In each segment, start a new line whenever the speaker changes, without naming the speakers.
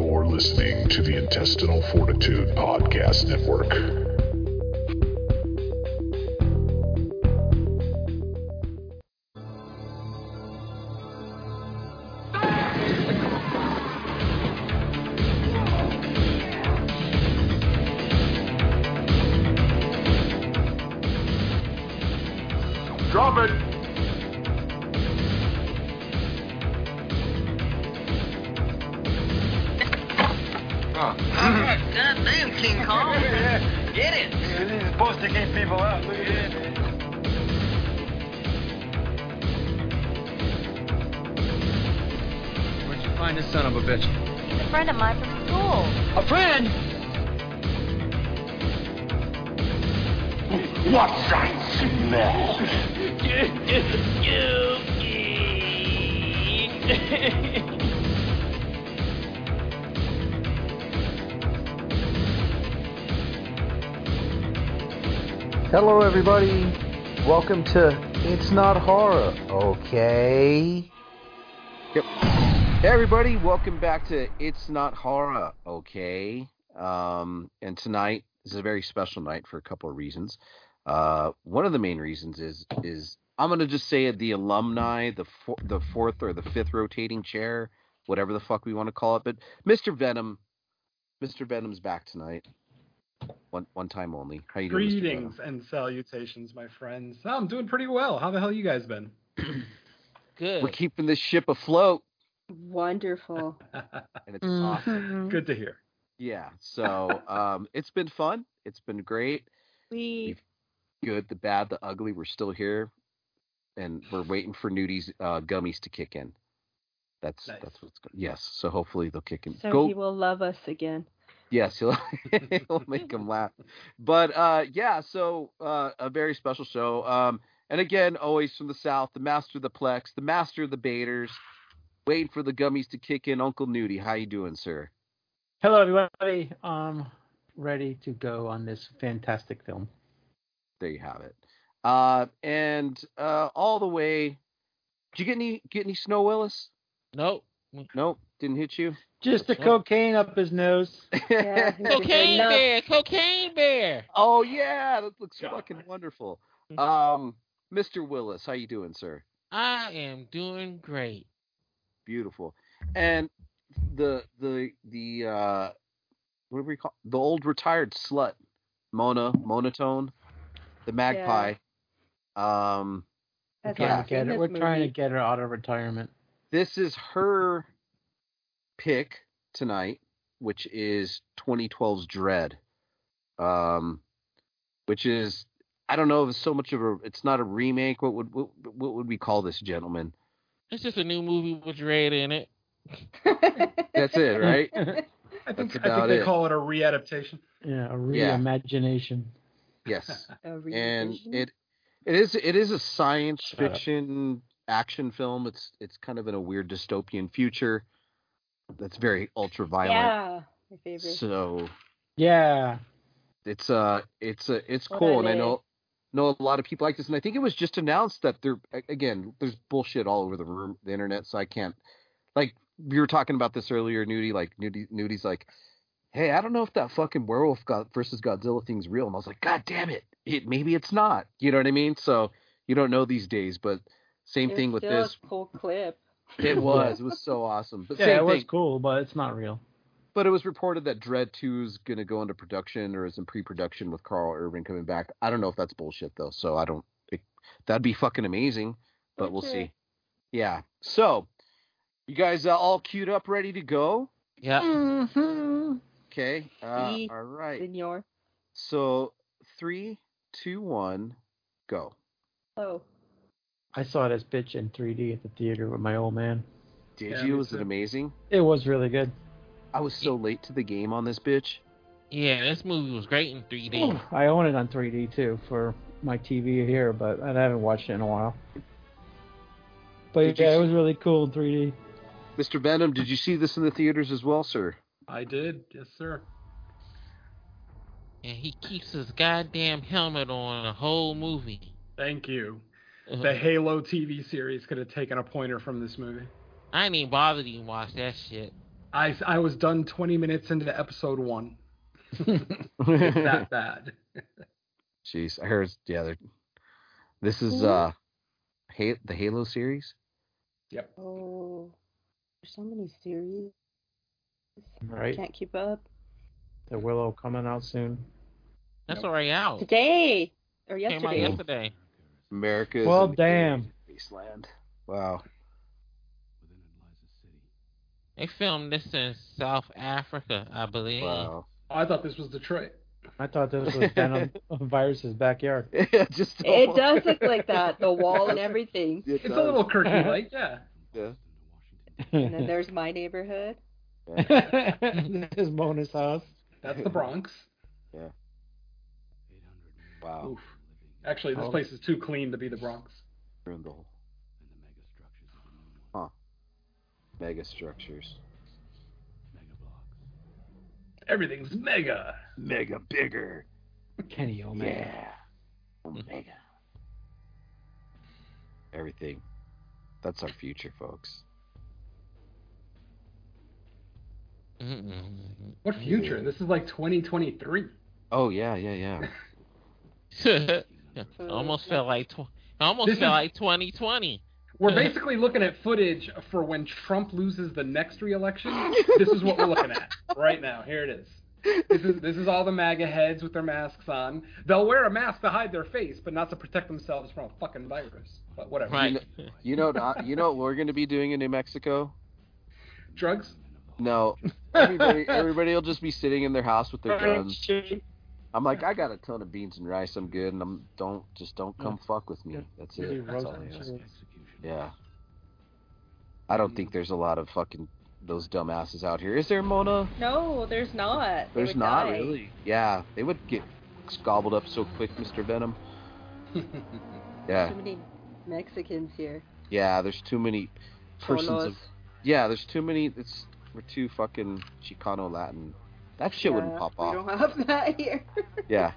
listening to the Intestinal Fortitude Podcast Network.
Drop it!
Goddamn, King Kong. Get it.
This is supposed to keep people out. Look at that.
Where'd you find this son of a bitch?
He's a friend of mine from school.
A friend!
What's that smell?
Hello, everybody. Welcome to It's Not Horror, okay? Yep. Hey, everybody. Welcome back to It's Not Horror, okay? Um, and tonight is a very special night for a couple of reasons. Uh, one of the main reasons is is I'm gonna just say it, the alumni, the four, the fourth or the fifth rotating chair, whatever the fuck we want to call it. But Mr. Venom, Mr. Venom's back tonight. One one time only. How you doing? Mr. Venom?
Greetings and salutations, my friends. Oh, I'm doing pretty well. How the hell you guys been?
We're
Good.
keeping this ship afloat,
Wonderful.
and it's
Mm.
awesome.
Good to hear.
Yeah. So um, it's been fun. It's been great.
We
Good, the bad, the ugly. We're still here, and we're waiting for Nudie's uh, gummies to kick in. That's
Nice.
that's what's good. Yes. So hopefully they'll kick in.
so
Go.
he will love us again.
Yes, he'll, he'll make them laugh. But uh, yeah, so uh, a very special show. Um, and again, always from the south, the master of the plex, the master of the baiters. Waiting for the gummies to kick in. Uncle Nudie, how you doing, sir?
Hello, everybody. I'm ready to go on this fantastic film.
there you have it. Uh, and uh, all the way. Did you get any get any snow, Willis?
No.
Nope, didn't hit you.
Just the
Sure.
cocaine up his nose.
Yeah, he's just
Cocaine
enough.
bear. Cocaine bear.
oh yeah, that looks fucking wonderful. Um, Mr. Willis, how you doing, sir?
I am doing great.
Beautiful. And the the the uh, what do we call the old retired slut, Mona Monotone, the magpie. Um,
Has
Trying
not
to get
seen
her.
this
We're trying to
movie.
get her out of retirement.
this is her pick tonight, which is 2012's Dread, um, which is I don't know if it's so much of a it's not a remake. What would what, what would we call this gentleman?
It's just a new movie with Red in it.
That's it, right?
I think
That's
I
about
think they
it.
call it a readaptation.
yeah, a
Yeah.
reimagination.
yes,
A
and
revision?
it it is it is a science
Shut up.
fiction action film. It's it's kind of in a weird dystopian future that's very ultra violent.
yeah, my favorite.
So
Yeah.
it's uh it's uh, it's
What
cool
are
and i
they?
know know a lot of people like this and i think it was just announced that there a- again there's bullshit all over the room the internet so i can't like we were talking about this earlier nudie like nudie nudie's like hey i don't know if that fucking werewolf god versus godzilla thing's real and i was like god damn it it maybe it's not you know what i mean so you don't know these days but same
It was
thing with
still
this
A cool clip.
it was it was so awesome but
Yeah,
same
it was
thing
cool, but it's not real.
but it was reported that Dread 2 is going to go into production or is in pre-production with Carl Urban coming back. I don't know if that's bullshit though, so I don't. It, that'd be fucking amazing, but we'll see.
Okay.
Yeah. So, you guys uh, all queued up, ready to go?
Yeah.
Okay. Uh,
Ye-
all right.
Senor.
So, three, two, one, go.
Oh,
I saw this bitch in 3D at the theater with my old man.
Did
Yeah,
you?
me
Was it
too.
amazing?
It was really good.
I was so late to the game on this bitch.
Yeah, this movie was great in 3D.
I own it on 3D too for my TV here, but I haven't watched it in a while. But
Did you
yeah, it
see-
was really cool in 3D.
Mr. Venom, did you see this in the theaters as well, sir?
I did, yes sir.
And he keeps his goddamn helmet on the whole movie.
Thank you.
Mm-hmm.
The Halo TV series could have taken a pointer from this movie.
I ain't even bothered to even watch that shit.
I I was done 20 minutes into episode one. It's that bad.
Jeez, I heard. Yeah, they're- this is
Mhm.
uh, ha- the Halo series.
Oh, there's so many series.
right?
Can't keep up.
The Willow coming out soon.
That's already
Oh.
out.
Today or
Came out
yesterday.
yesterday.
America. is
Well,
in the cave of
damn.
Wasteland. Wow.
They filmed this in South Africa, I believe.
Wow.
I thought this was Detroit.
I thought this was Venom Virus's backyard.
Just
It does look like that. The wall and everything.
It
It's a
does.
little quirky, like yeah.
Hmm.
And then there's my neighborhood.
His bonus house.
That's the Bronx.
Wow. Oh.
Oof. Actually, this
Oh.
place is too clean to be the Bronx.
Ruined the whole. Huh. Mega structures.
Everything's mega.
Mega bigger.
Kenny Omega.
Hmm.
Omega. Everything. That's our future, folks.
Mm-mm.
What future? This is like 2023.
Oh yeah, yeah, yeah.
almost felt like tw- almost
This
felt
is-
like 2020.
We're basically looking at footage for when Trump loses the next re-election. This is what we're looking at right now. Here it is. This is this is all the MAGA heads with their masks on. They'll wear a mask to hide their face, but not to protect themselves from a fucking virus. But whatever.
Right.
You know, what- you know what we're gonna be doing in New Mexico?
Drugs.
No, everybody, everybody will just be sitting in their house with their guns. I'm like, I got a ton of beans and rice. I'm good, and I'm don't just don't come fuck with me. That's
Really
it. That's all
roasting
I ask.
chicken.
Yeah. I don't think there's a lot of fucking those dumbasses out here. Is there, Mona?
No, there's not. They
There's
would
not
die.
really. Yeah, they would get gobbled up so quick, Mr. Venom. Yeah,
Too many Mexicans here.
yeah. There's too many persons of.
Cholos.
Yeah, there's too many. It's we're too fucking Chicano Latin. That shit wouldn't
Yeah,
pop
We
off.
don't have that here.
Yeah.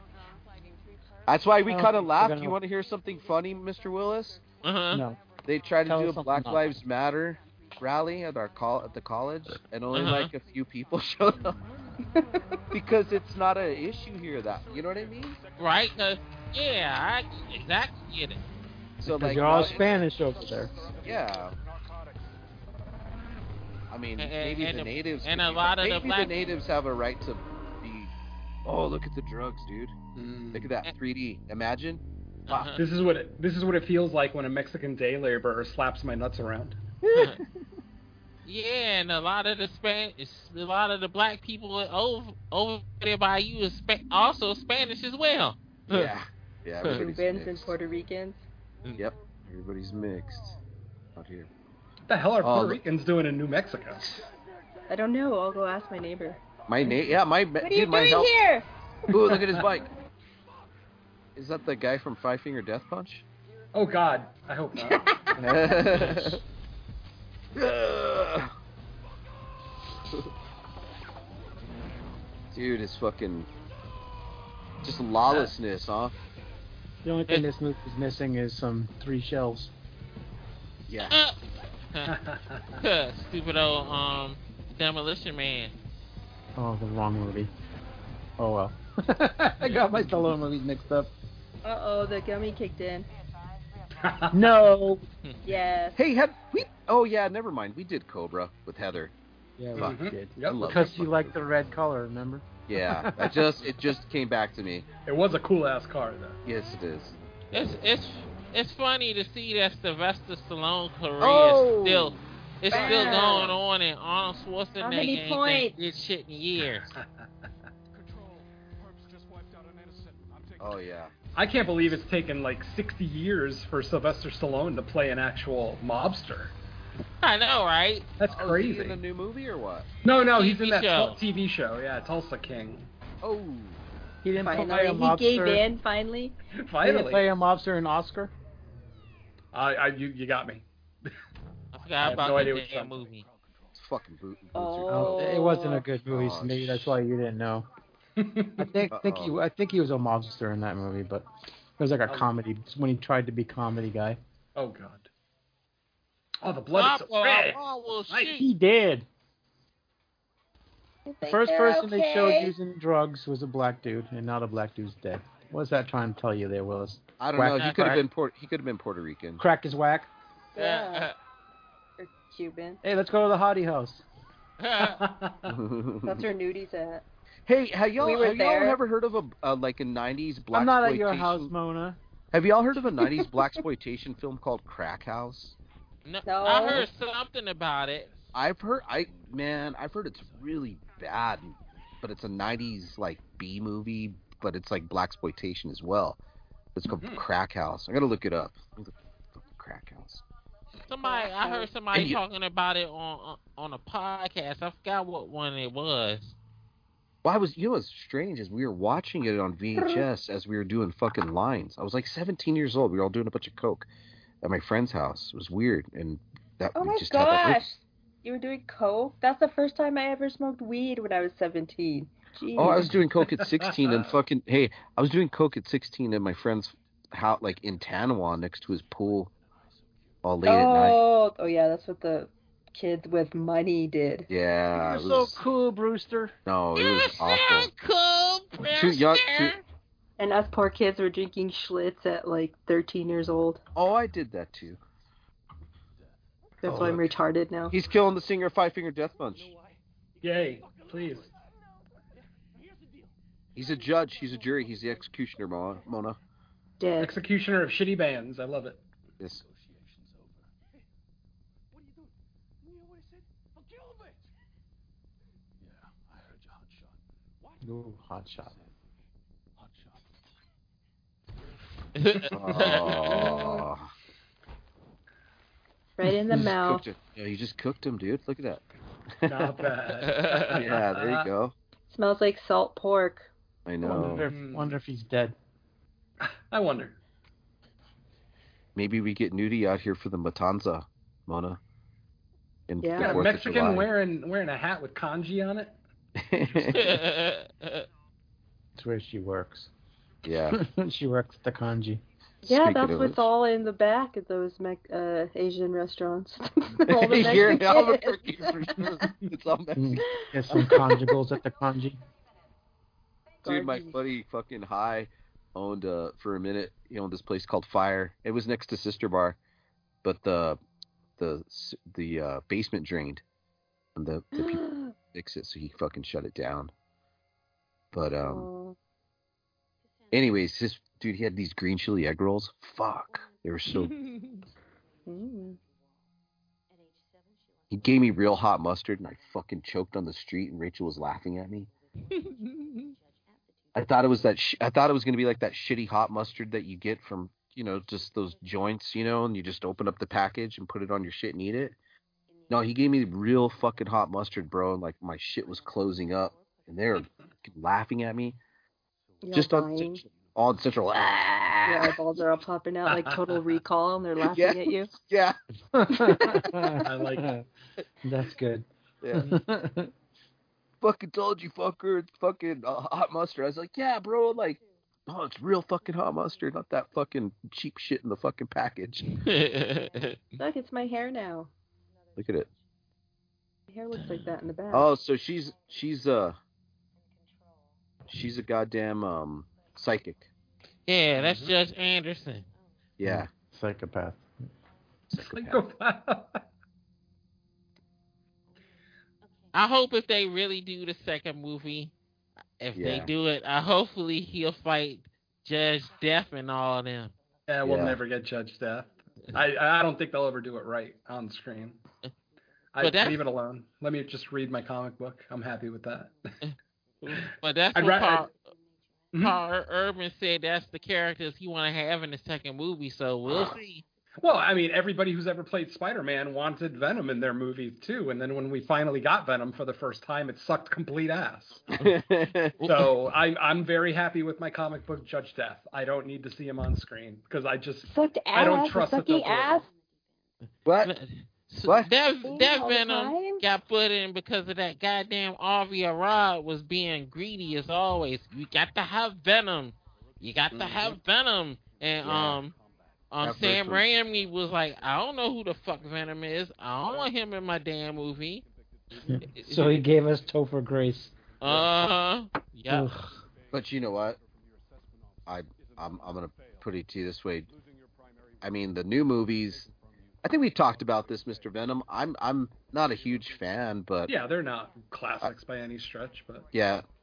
That's why we
I don't
kind of
think Oh, we're
laugh.
gonna-
You want to hear something funny, Mr. Willis?
Uh-huh.
No.
They tried to
Tell
do
us
a
something
Black
about
Lives Matter rally at our call at the college, and only
Uh-huh.
like a few people showed up because it's not an issue here. That you know what I mean?
Right? 'Cause- yeah, I exactly get it.
So
Because
like,
you're all
now-
Spanish over there.
Yeah. I mean,
And-
maybe
and
the
a-
natives.
and
could
a
be-
lot of the
maybe
black-
natives have a right to be. Oh, look at the drugs, dude! Look
Mm.
at that 3D. Imagine.
Uh-huh.
This is what it this is what it feels like when a Mexican day laborer slaps my nuts around.
Uh-huh. Yeah, and a lot of the span, a lot of the black people over over there by you is spa- also Spanish as well.
Yeah. Yeah. Everybody's
Cubans and
mixed.
Puerto Ricans.
Yep. Everybody's mixed out here.
What the hell are
Oh,
Puerto
the-
Ricans doing in New Mexico?
I don't know. I'll go ask my neighbor.
My name. Yeah. My.
What are you
dude, my
doing
help-
here?
Ooh, look at his bike. Is that the guy from Five Finger Death Punch?
Oh God, I hope
Uh,
not.
Dude, it's fucking just lawlessness, huh?
The only thing this movie's missing is some three shells.
Yeah.
Uh, Stupid old um demolition man.
Oh, the wrong movie. Oh well. I got my Stallone movies mixed up.
Uh oh, the gummy kicked in.
No.
Yes.
Hey, have we? Oh yeah, never mind. We did Cobra with Heather.
Yeah, we
Fuck.
did.
I
Yep.
love
Because
that
you
fucking
like the
movie.
red color, remember?
Yeah, I just it just came back to me.
It was a cool ass car though.
Yes, it is.
It's it's it's funny to see that Sylvester Stallone career
Oh!
is still it's still
Bam!
going on, and Arnold Schwarzenegger
How many
ain't
points?
did shit in years.
Oh yeah.
I can't believe it's taken like 60 years for Sylvester Stallone to play an actual mobster.
I know, right?
That's
Oh, is he in a
crazy.
new movie or what?
No, no, he's in
TV
that
show.
Tul- TV show. Yeah, Tulsa King.
Oh,
He didn't play
Finally,
a
he
mobster.
gave in. Finally.
He didn't
Finally,
play a mobster in Oscar.
I, I, you, you got me.
I forgot
have
about
no
the
idea what you're
damn
talking
movie.
it's fucking boot. boots are-
Oh.
It wasn't a good movie,
Oh,
so maybe that's why you didn't know. I think think he
Uh-oh.
I think he was a mobster in that movie, but it was like a
Oh.
comedy it's when he tried to be comedy guy.
Oh God. Oh, the blood is so
Papa,
red.
I will
Right.
shoot.
He did.
Think
First
they're
person they showed
okay?
using drugs was a black dude, and not a black dude's dead. What was that trying to tell you there, Willis?
I don't know.
Whack-
He could have
whack.
been Port. He could have been Puerto Rican.
Crack his whack.
Yeah. Or Cuban.
Hey, let's go to the hottie house.
Hmm.
That's where Nudie's at.
hey, have y'all,
We were
have y'all
there.
ever heard of a uh, like a '90s black?
I'm not at your house,
exploitation-
Mona.
Have y'all heard of a '90s black exploitation film called Crack House?
No,
No.
I heard something about it.
I've heard. I man, I've heard it's really bad, but it's a '90s like B movie, but it's like black exploitation as well. It's called
Mm-hmm.
Mhm.
Crack House. I gotta look it up. Look up Crack House.
Somebody, I heard somebody
And you-
talking about it on on a podcast. I forgot what one it was.
Well, I was, you know, what's strange is we were watching it on VHS as we were doing fucking lines. I was like 17 years old. We were all doing a bunch of coke at my friend's house. It was weird, and that
Oh
we
my
just had that.
gosh. You were doing coke? That's the first time I ever smoked weed when I was 17. Jeez.
Oh, I was doing coke at 16 and fucking hey, I was doing coke at 16 at my friend's house, like in Tanawa, next to his pool, all late at night.
oh, oh yeah, that's what the kids with money did.
Yeah, it
You're so
was,
cool, Brewster.
no, Oh, it
You
was
sound
awful.
cool,
Too young-
Brewster.
too-
And us poor kids were drinking Schlitz at like 13 years old.
Oh, I did that too.
That's
Oh,
why I'm
look.
retarded now.
He's killing the singer of Five Finger Death Punch.
Yay! Please.
He's a judge. He's a jury. He's the executioner, Mona. Mona.
Dead.
Executioner of shitty bands. I love it.
Yes.
Ooh, hot shot.
Oh.
Right in the
You just
mouth.
cooked it. Yeah, you just cooked him, dude. Look at that.
Not bad.
yeah, there you go.
Smells like salt pork.
I
I wonder
know.
if, wonder if he's dead.
I wonder.
Maybe we get nudie out here for the Matanza, Mona. In
Yeah.
the
Yeah,
Got
Fourth
a
of July.
Mexican wearing wearing a hat with kanji on it.
That's where she works.
yeah.
she works at the kanji.
Yeah,
Speaking
that's
of
what's
which-
all in the back of those Mex- uh, Asian restaurants. all the
Here, Albuquerque,
Mexicans.
for sure. It's all Mexican.
Mm. There's some conjugals at the kanji.
Dude, my
Garden.
buddy fucking high owned uh for a minute. He owned this place called Fire. It was next to Sister Bar, but the the s- the uh, basement drained, and the,
Mm.
the people fix it, so he fucking shut it down. But um,
Oh,
anyways, this dude he had these green chili egg rolls. Fuck, they were so.
mm.
he gave me real hot mustard, and I fucking choked on the street, and Rachel was laughing at me. I thought it was that. Sh- I thought it was gonna be like that shitty hot mustard that you get from you know just those joints, you know, and you just open up the package and put it on your shit and eat it. No, he gave me real fucking hot mustard, bro, and like my shit was closing up, and they were laughing at me.
Y'all
just on
dying.
Central- on Central.
Your
Ah!
eyeballs are all popping out like Total Recall, and they're laughing
Yeah.
at you.
Yeah.
I
like it.
That's good.
yeah. fucking told you, fucker. It's fucking uh, hot mustard. I was like, yeah, bro. Like, oh, it's real fucking hot mustard, not that fucking cheap shit in the fucking package.
Look, it's my hair now.
Look at it.
My hair looks like that in the back.
Oh, so she's she's uh she's a goddamn um psychic.
yeah, that's
Mm-hmm.
Judge Anderson.
Yeah.
Psychopath.
Psychopath.
I hope if they really do the second movie, if they
Yeah.
do it, I hopefully he'll fight Judge Death and all of them.
yeah, Eh, we'll
Yeah.
never get Judge Death. I I don't think they'll ever do it right on screen. I
But that-
leave it alone. Let me just read my comic book. I'm happy with that.
But that's
I'd
what
ra-
Paul,
Mhm.
Paul Urban said. That's the characters he want to have in the second movie. So
Ah.
we'll see.
Well, I mean, everybody who's ever played Spider-Man wanted Venom in their movies too, and then when we finally got Venom for the first time, it sucked complete ass. So I, I'm very happy with my comic book Judge Death. I don't need to see him on screen because I just
Sucked ass.
I don't trust that
sucking
they'll do it.
ass.
what?
So
What?
That
All
that
the
venom
time?
got put in because of that goddamn Arvia Rod was being greedy as always. You got to have venom. You got
Mm-hmm.
to have venom. And
Yeah.
um, um,
That
Sam
person-
Raimi was like, I don't know who the fuck Venom is. I don't want him in my damn movie.
So he gave us Topher Grace.
Uh huh. Yeah.
Ugh.
But you know what? I I'm I'm gonna put it to you this way. I mean the new movies. I think we've talked about this, Mr. Venom. I'm I'm not a huge fan, but yeah,
Yeah, they're not classics by any stretch, but
I
it's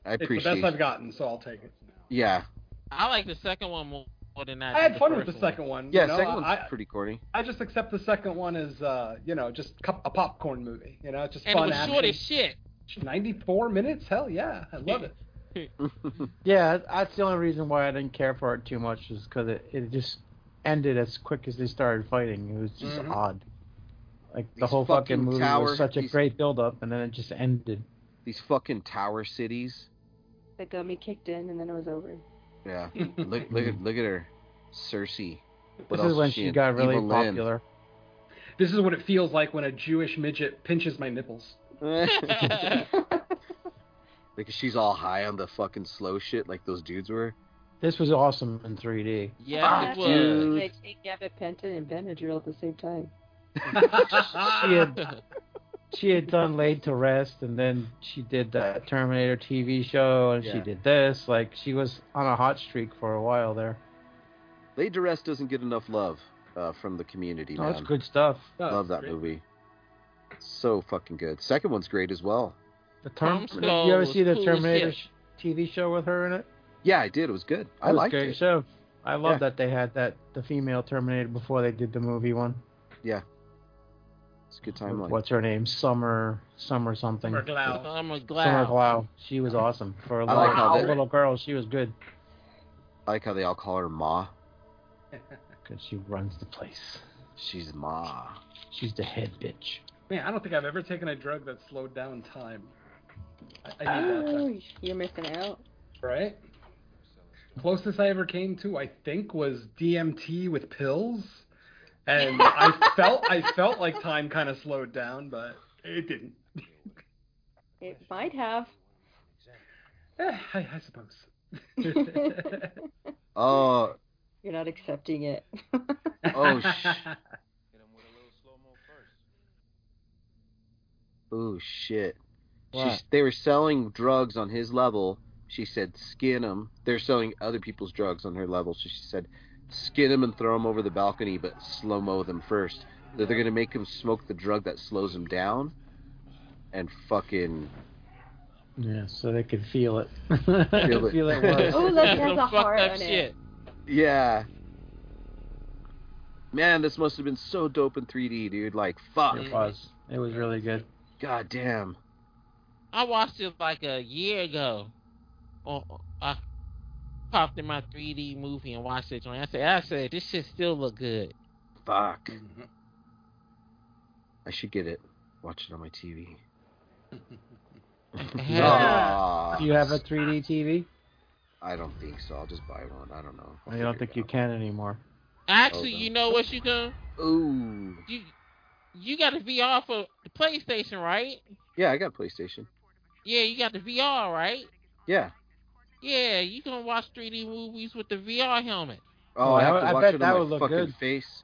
the
appreciate.
best I've gotten, so I'll take it.
Yeah,
I like the second one more more than that.
I had fun with
first
the second one.
yeah.
you know?
second one's
I,
pretty corny.
I just accept the second one as, uh, you know, just cup- a popcorn movie. You know, it's just
And it
fun
was short as
action.
shit.
94 minutes? Hell yeah. I love it.
Yeah, that's the only reason why I didn't care for it too much is because it, it just ended as quick as they started fighting. It was just
Mhm.
odd. Like the
These
whole fucking,
Mm-hmm. fucking
movie
tower-
was such a
these-
great build up, and then it just ended.
These fucking tower cities.
The gummy kicked in and then it was over.
Yeah. Look look at look at her, Cersei. What
this
else
is when
is she
she
in?
got really
Evil Lyn.
popular.
This is what it feels like when a Jewish midget pinches my nipples.
because she's all high on the fucking slow shit like those dudes were.
This was awesome in 3D.
Yeah, it
That's
was.
They take gabapentin and Benadryl at the same time.
She had she had done Laid to Rest, and then she did that Terminator TV show, and she
Yeah.
did this. Like she was on a hot streak for a while there.
Lady Duress doesn't get enough love uh, from the community,
Oh,
man.
it's good stuff.
Oh,
Love that
great.
movie. So fucking good. Second one's great as well.
The term.
Tom
You
Skull
ever
was
see the
cool as
Terminator
shit.
sh- TV show with her in it?
Yeah, I did. It was good. I
That was
liked
great
it.
show. I love
Yeah.
that they had that the female Terminator before they did the movie one.
It's a good
with
timeline.
What's her name? Summer, Summer something.
Or Glau.
I'm a
Summer
glad.
Glau. She was awesome for a
I
little,
like how they-
little girl. She was good
I like how they all call her Ma.
because she runs the place.
She's Ma.
She's the head bitch.
Man, I don't think I've ever taken a drug that slowed down time. I, I need that.
Uh.
Oh, you're missing out.
Right? Closest I ever came to, I think, was DMT with pills. And I felt I felt like time kind of slowed down, but it didn't.
It might have.
Eh, I, I suppose.
Oh,
You're not accepting it.
Oh, sh- oh shit. She's,
What?
they were selling drugs on his level. She said, skin him. They're selling other people's drugs on her level. So she said, skin him and throw him over the balcony, but slow mo them first. They're, they're going to make him smoke the drug that slows him down. And fucking.
Yeah, so they could feel it.
Feel it.
feel it worse.
oh, look, it has
Some
a
fucked
heart
up
on
shit.
it.
Yeah. Man, this must have been so dope in 3D, dude. Like,
Oh.
fuck.
It was. It was really good.
God damn.
I watched it like a year ago. Oh, I popped in my 3D movie and watched it. joint. I said, I said, this shit still look good.
Fuck. I should get it. Watch it on my TV. Aw.
Do you have a 3D TV?
I don't think so. I'll just buy one. I don't know.
I don't think you can anymore.
Actually,
Hold on.
you know what you can?
Ooh.
You you got the VR for the PlayStation, right?
Yeah, I got PlayStation.
Yeah, you got the VR, right?
Yeah.
Yeah, you can watch 3D movies with the VR helmet.
Oh,
Oh,
I
that
have
would-
to
I
watch
bet
it
that
on
would
my
look
fucking
good.
face.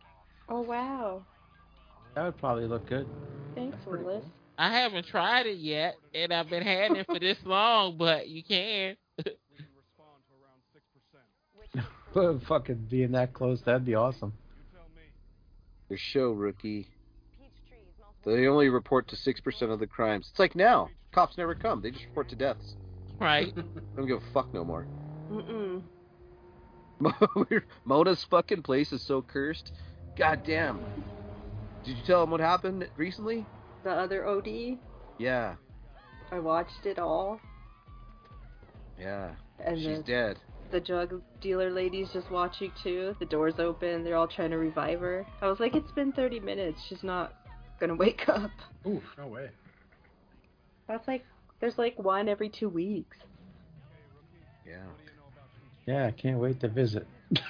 Oh, wow.
That would probably look good.
Thanks,
pretty
Willis.
I haven't tried it yet, and I've been having it for this long, but you can.
But fucking being that close, that'd be awesome.
Your show, rookie. They only report to six percent of the crimes. It's like now, cops never come. They just report to deaths.
Right?
I don't give a fuck no more.
Mm-mm.
Mona's fucking place is so cursed. God damn. Did you tell him what happened recently?
The other OD,
Yeah.
I watched it all.
Yeah.
And
She's
then
dead.
the drug dealer lady's just watching too. The door's open. They're all trying to revive her. I was like, it's been 30 minutes. She's not going to wake up.
Oof, no way.
That's like, there's like one every two weeks.
Yeah.
Yeah, I can't wait to visit.
Yeah.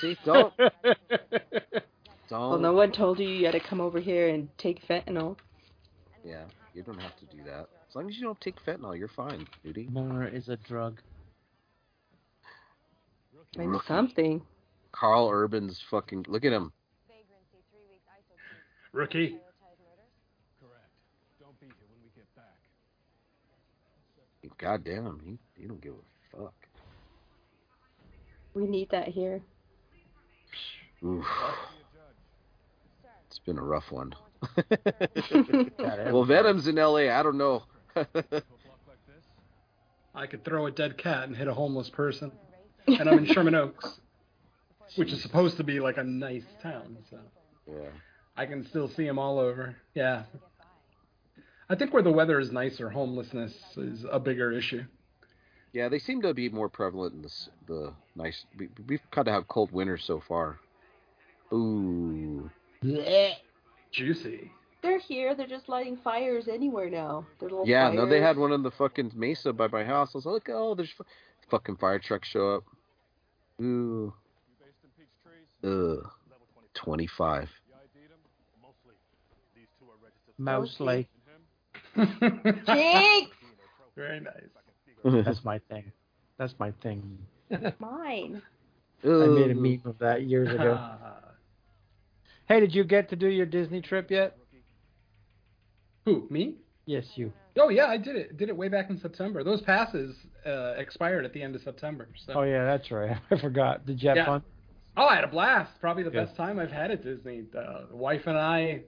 See, don't, don't.
Well, no one told you you had to come over here and take fentanyl.
Yeah, you don't have to do that. As long as you don't take fentanyl, you're fine, duty.
More is a drug.
Maybe
Rookie.
something.
Carl Urban's fucking. Look at him.
Rookie.
when we get back.
God damn, he, he don't give a fuck.
We need that here.
Oof. It's been a rough one.
Goddamn.
well, Venom's in LA. I don't know.
I could throw a dead cat and hit a homeless person. And I'm in Sherman Oaks, which is supposed to be like a nice town, so
yeah.
I can still see them all over. Yeah. I think where the weather is nicer, homelessness is a bigger issue.
Yeah, they seem to be more prevalent in the s- the nice. We, we've kind of have cold winters so far. Ooh,
Juicy.
They're here. They're just lighting fires anywhere now. They're little
yeah. No, they
fires.
had one in the fucking mesa by my house. I was like, oh, there's fu- fucking fire trucks show up. Ooh, ugh, twenty five.
Mostly.
Jinx!
Very nice.
That's my thing. That's my thing.
Mine.
I made a meme of that years ago. hey, did you get to do your Disney trip yet?
Who? Me?
Yes, you.
Oh yeah, I did it. Did it way back in September. Those passes uh, expired at the end of September. So.
Oh yeah, that's right. I forgot. Did you have
Yeah.
fun?
Oh, I had a blast. Probably the
Yeah.
best time I've had at Disney. The wife and I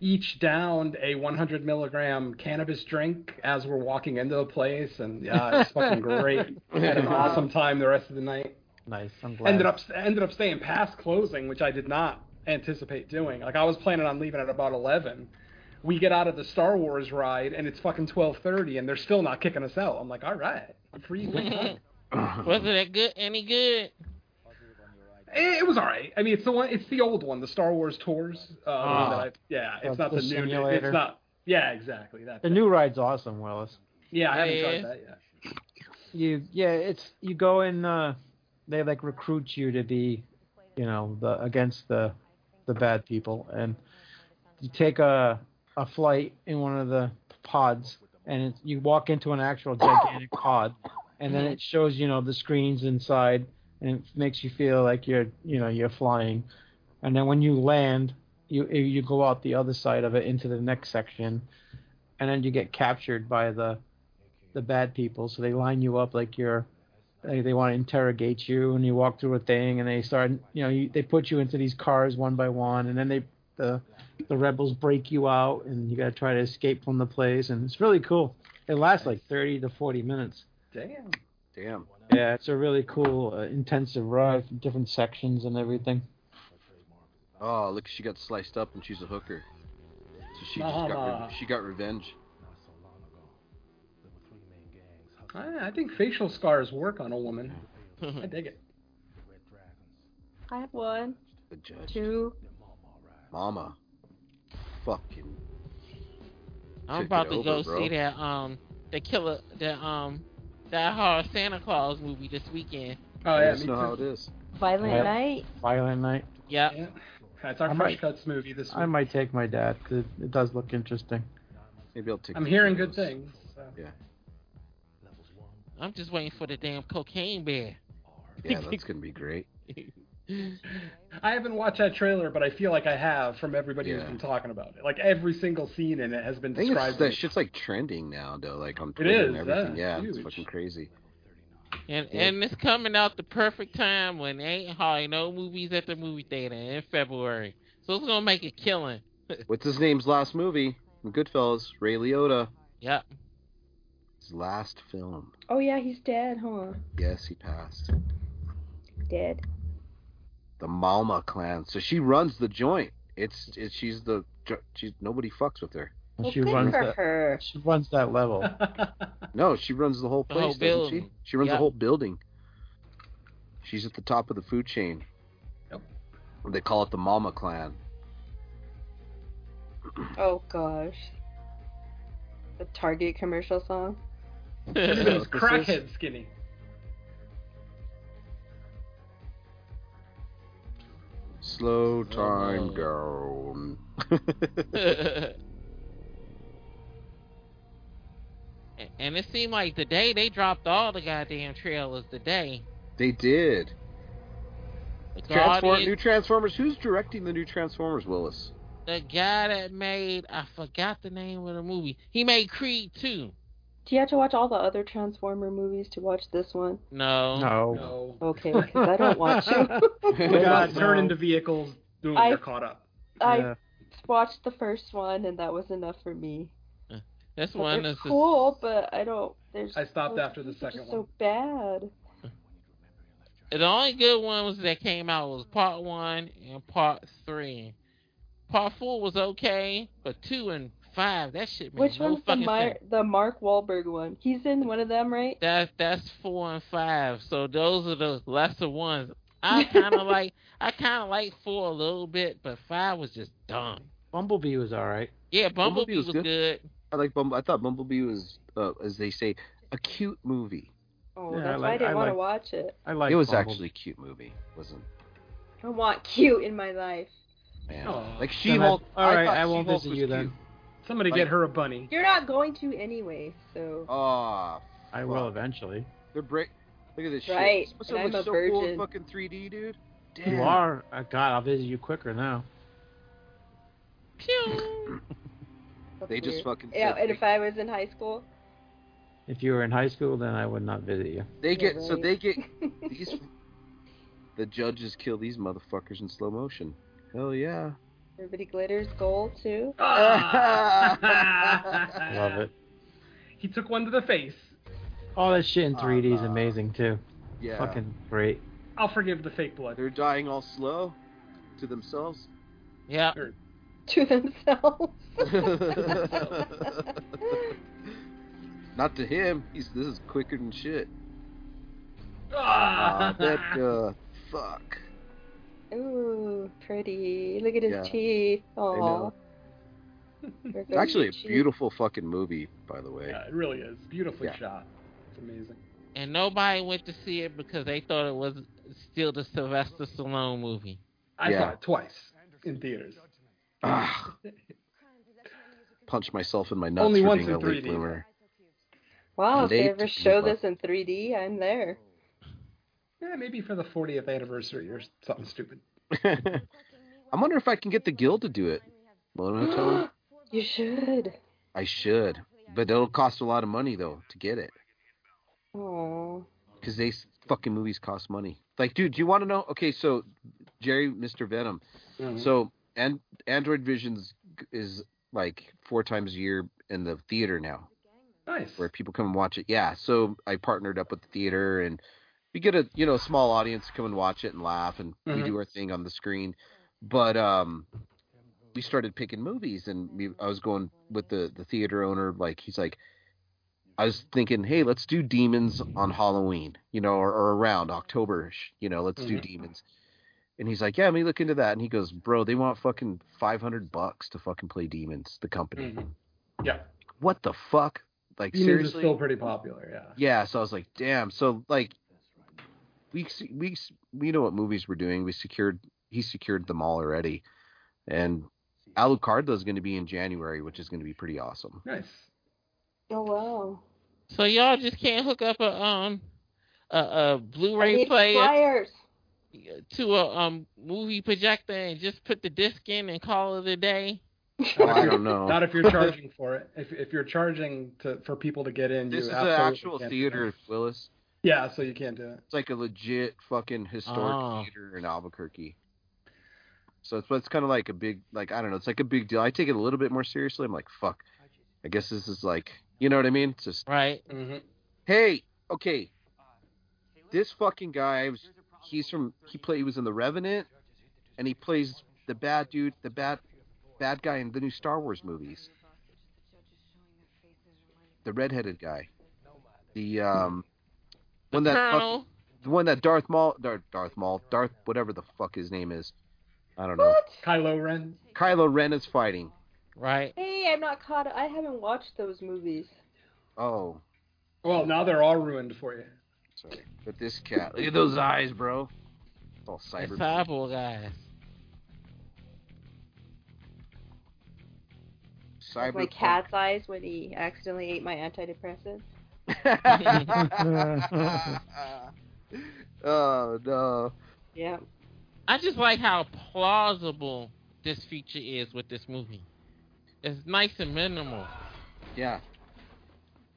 each downed a 100 milligram cannabis drink as we're walking into the place, and yeah, it was fucking great. Had an awesome time the rest of the night.
Nice. I'm glad.
Ended up ended up staying past closing, which I did not anticipate doing. Like I was planning on leaving at about 11. We get out of the Star Wars ride, and it's fucking 12:30, and they're still not kicking us out. I'm like, all right, free. good time.
Wasn't that good? Any good?
It, it was all right. I mean, it's the one. It's the old one, the Star Wars tours. Uh, the one that I, yeah, it's
Of
not
the
the, new.
simulator.
It's not. Yeah, exactly. That.
The
thing.
new ride's awesome, Willis.
Yeah, I haven't
Yeah,
tried
yeah.
that yet.
You yeah, it's you go in. Uh, they like recruit you to be, you know, the against the the bad people, and you take a a flight in one of the pods, and it, you walk into an actual gigantic pod, and then it shows you know the screens inside, and it makes you feel like you're you know you're flying, and then when you land, you you go out the other side of it into the next section, and then you get captured by the the bad people. So they line you up like you're they, they want to interrogate you, and you walk through a thing, and they start you know you, they put you into these cars one by one, and then they the the rebels break you out, and you got to try to escape from the place, and it's really cool. It lasts like 30 to 40 minutes.
Damn.
Damn.
Yeah, it's a really cool, uh, intensive ride, different sections and everything.
Oh, look, she got sliced up and she's a hooker. So she just got
Mama.
re- she got revenge.
I, I think facial scars work on a woman. I dig it.
I have one,
The judge.
two.
Mama. Fucking.
I'm
Took
about
it
to go
over, bro.
see that um the killer the um that horror Santa Claus movie this weekend.
Oh
I
yeah,
just
me
know how it
too.
is.
Violent
Yeah.
night.
Violent Night.
Yep.
Yeah. That's our
I
Fresh
might-
Cuts movie this
I
week.
might take my dad because it, it does look interesting.
Maybe I'll take.
I'm
you
hearing
to
good
those.
things. So.
I'm just waiting for the damn cocaine bear.
Yeah, that's gonna be great.
I haven't watched that trailer, but I feel like I have from everybody who's
Yeah.
been talking about it. Like every single scene in it has been
I think it's,
described.
that shit's like trending now, though, like on Twitter and
is,
everything. Yeah,
yeah, it's
it's
huge.
fucking crazy.
And
Yeah.
and it's coming out the perfect time when ain't hardly no movies at the movie theater in February. So it's gonna make a killing.
What's his name's last movie? From Goodfellas, Ray Liotta.
Yep.
His last film.
Oh yeah, he's dead, huh?
Yes, he passed.
Dead.
The Malma clan. So she runs the joint. It's, it's she's the ju- she's nobody fucks with her.
And
Well,
she
good
runs
for
that.
her.
She runs that level.
No, she runs the whole
The
place,
whole
doesn't she?
building.
She runs the
Yep.
whole building. She's at the top of the food chain.
Yep.
They call it the Mama Clan.
Oh gosh. The Target commercial song.
Steven's
what this is?
crackhead skinny.
Slow
Slow.
time down.
and and it seemed like today they dropped all the goddamn trailers today.
they did.
The
Transform
Guardians-
new Transformers. Who's directing the new Transformers, Willis?
the guy that made I forgot the name of the movie. He made Creed two.
Do you have to watch all the other Transformer movies to watch this one?
No.
No. Oh
No.
Okay, because I don't watch you.
They
God,
got turned
no.
into vehicles. Boom,
I-
they're caught up.
I
Yeah.
watched the first one, and that was enough for me.
That's
Like,
one
they're
that's a-
cool, but I don't. There's.
I stopped after the second
Oh, So
one.
bad.
the only good ones that came out was part one and part three. Part four was okay, but two and five that shit made
Which
no
one's the
fucking
Mar-
sense.
the Mark Wahlberg one? He's in one of them, right?
That's that's four and five. So those are the lesser ones. I kind of like I kind of like four a little bit, but five was just dumb.
Bumblebee was all right.
Yeah, Bumblebee,
Bumblebee was
was
good.
good.
I like Bumble. I thought Bumblebee was, uh, as they say, a cute movie.
Oh,
Yeah, I
that's why I
like-
didn't
I
want to
like-
watch it.
I like
it was
Bumblebee.
actually a cute movie, wasn't?
I want cute in my life.
Man,
Aw.
like She-Hulk.
I- Oh, all right,
thought
I won't
She-Hulk
visit
was
you
cute.
then.
Somebody
Like-
get her a bunny.
You're not going to anyway, so.
Oh, Aw,
I will eventually.
they're break. Look at this shit.
Right,
It's supposed
and
to
I'm
look
a
so cool in
virgin.
fucking 3D, dude.
You
Damn.
are. Uh, God, I'll visit you quicker now.
Pew.
that's
They just
weird.
fucking.
Yeah,
said
and if I was in high school.
If you were in high school, then I would not visit you.
they, they
Yeah,
get so
right.
they get these. the judges kill these motherfuckers in slow motion. Hell yeah.
Everybody glitters gold too.
Ah.
Love it.
He took one to the face.
All that shit in 3D is
Uh,
amazing too.
Yeah.
Fucking great.
I'll forgive the fake blood.
They're dying all slow, to themselves.
yeah,
To themselves.
Not to him. He's this is quicker than shit. Ah,
Ah.
that uh, fuck.
Ooh, pretty. Look at his
Yeah.
teeth. Aw.
know.
They're
It's actually a
cheap.
beautiful fucking movie, by the way.
Yeah, it really is. Beautifully
Yeah.
shot. It's amazing.
and nobody went to see it because they thought it was still the Sylvester Stallone movie.
I
Yeah.
saw it twice in theaters.
Ah. Punch myself in my nuts
Only
for
once
being
in
a late
3D.
bloomer.
Wow, if they
Late
ever
to
show
keep up.
this in 3D, I'm there.
Yeah, maybe for the 40th anniversary or something stupid.
I wonder if I can get the guild to do it. Monotone?
You should.
I should, but it'll cost a lot of money though to get it.
Aw. Oh,
because they s- fucking movies cost money. Like, dude, do you want to know? Okay, so Jerry, Mr. Venom.
Mm-hmm.
So and Android Visions g- is like four times a year in the theater now,
Nice.
where people come and watch it. Yeah, so I partnered up with the theater and we get a you know small audience to come and watch it and laugh and we
Mhm.
do our thing on the screen. But um, we started picking movies and we, I was going with the the theater owner. Like, he's like. I was thinking, hey, let's do demons on Halloween, you know, or, or around October, you know, let's do
Mhm.
demons. And he's like, yeah, let me look into that. And he goes, bro, they want fucking 500 bucks to fucking play demons, the company.
Mhm. Yeah.
What the fuck? Like,
Demons is
seriously?
still pretty popular, yeah.
Yeah, so I was like, damn. So, like, we, s- we, s- we know what movies we're doing. We secured, he secured them all already. And Alucard is going to be in January, which is going to be pretty awesome.
Nice.
Oh, wow.
So y'all just can't hook up a um a, a
I
Blu-ray
need
player
flyers.
to a um movie projector and just put the disc in and call it a day.
Well, Oh, I don't know.
Not if you're charging for it. If, if you're charging to for people to get in,
This
you
is an
absolutely
actual
can't do
theater,
that.
Willis.
Yeah, so you can't do it.
It's like a legit fucking historic
Oh.
theater in Albuquerque. So it's, but it's kind of like a big, like, I don't know, it's like a big deal. I take it a little bit more seriously. I'm like, fuck. I guess this is like, you know what I mean? It's just,
Right.
hmm
hey, okay. This fucking guy, was, he's from, he played, he was in The Revenant, and he plays the bad dude, the bad, bad guy in the new Star Wars movies. The redheaded guy. The, um,
The
one that fuck-
Colonel.
the one that Darth Maul, Darth, Darth Maul, Darth whatever the fuck his name is, I don't know.
Kylo Ren.
Kylo Ren is fighting.
Right.
Hey, I'm not caught. I haven't watched those movies.
Oh,
Well, now they're all ruined for you.
sorry. But this cat, look at those eyes, bro. It's all
The
cyber.
cyborg guys.
Like my cat's eyes when he accidentally ate my antidepressant.
oh no.
Yeah.
Oh,
I just like how plausible this feature is with this movie. It's nice and minimal.
Yeah.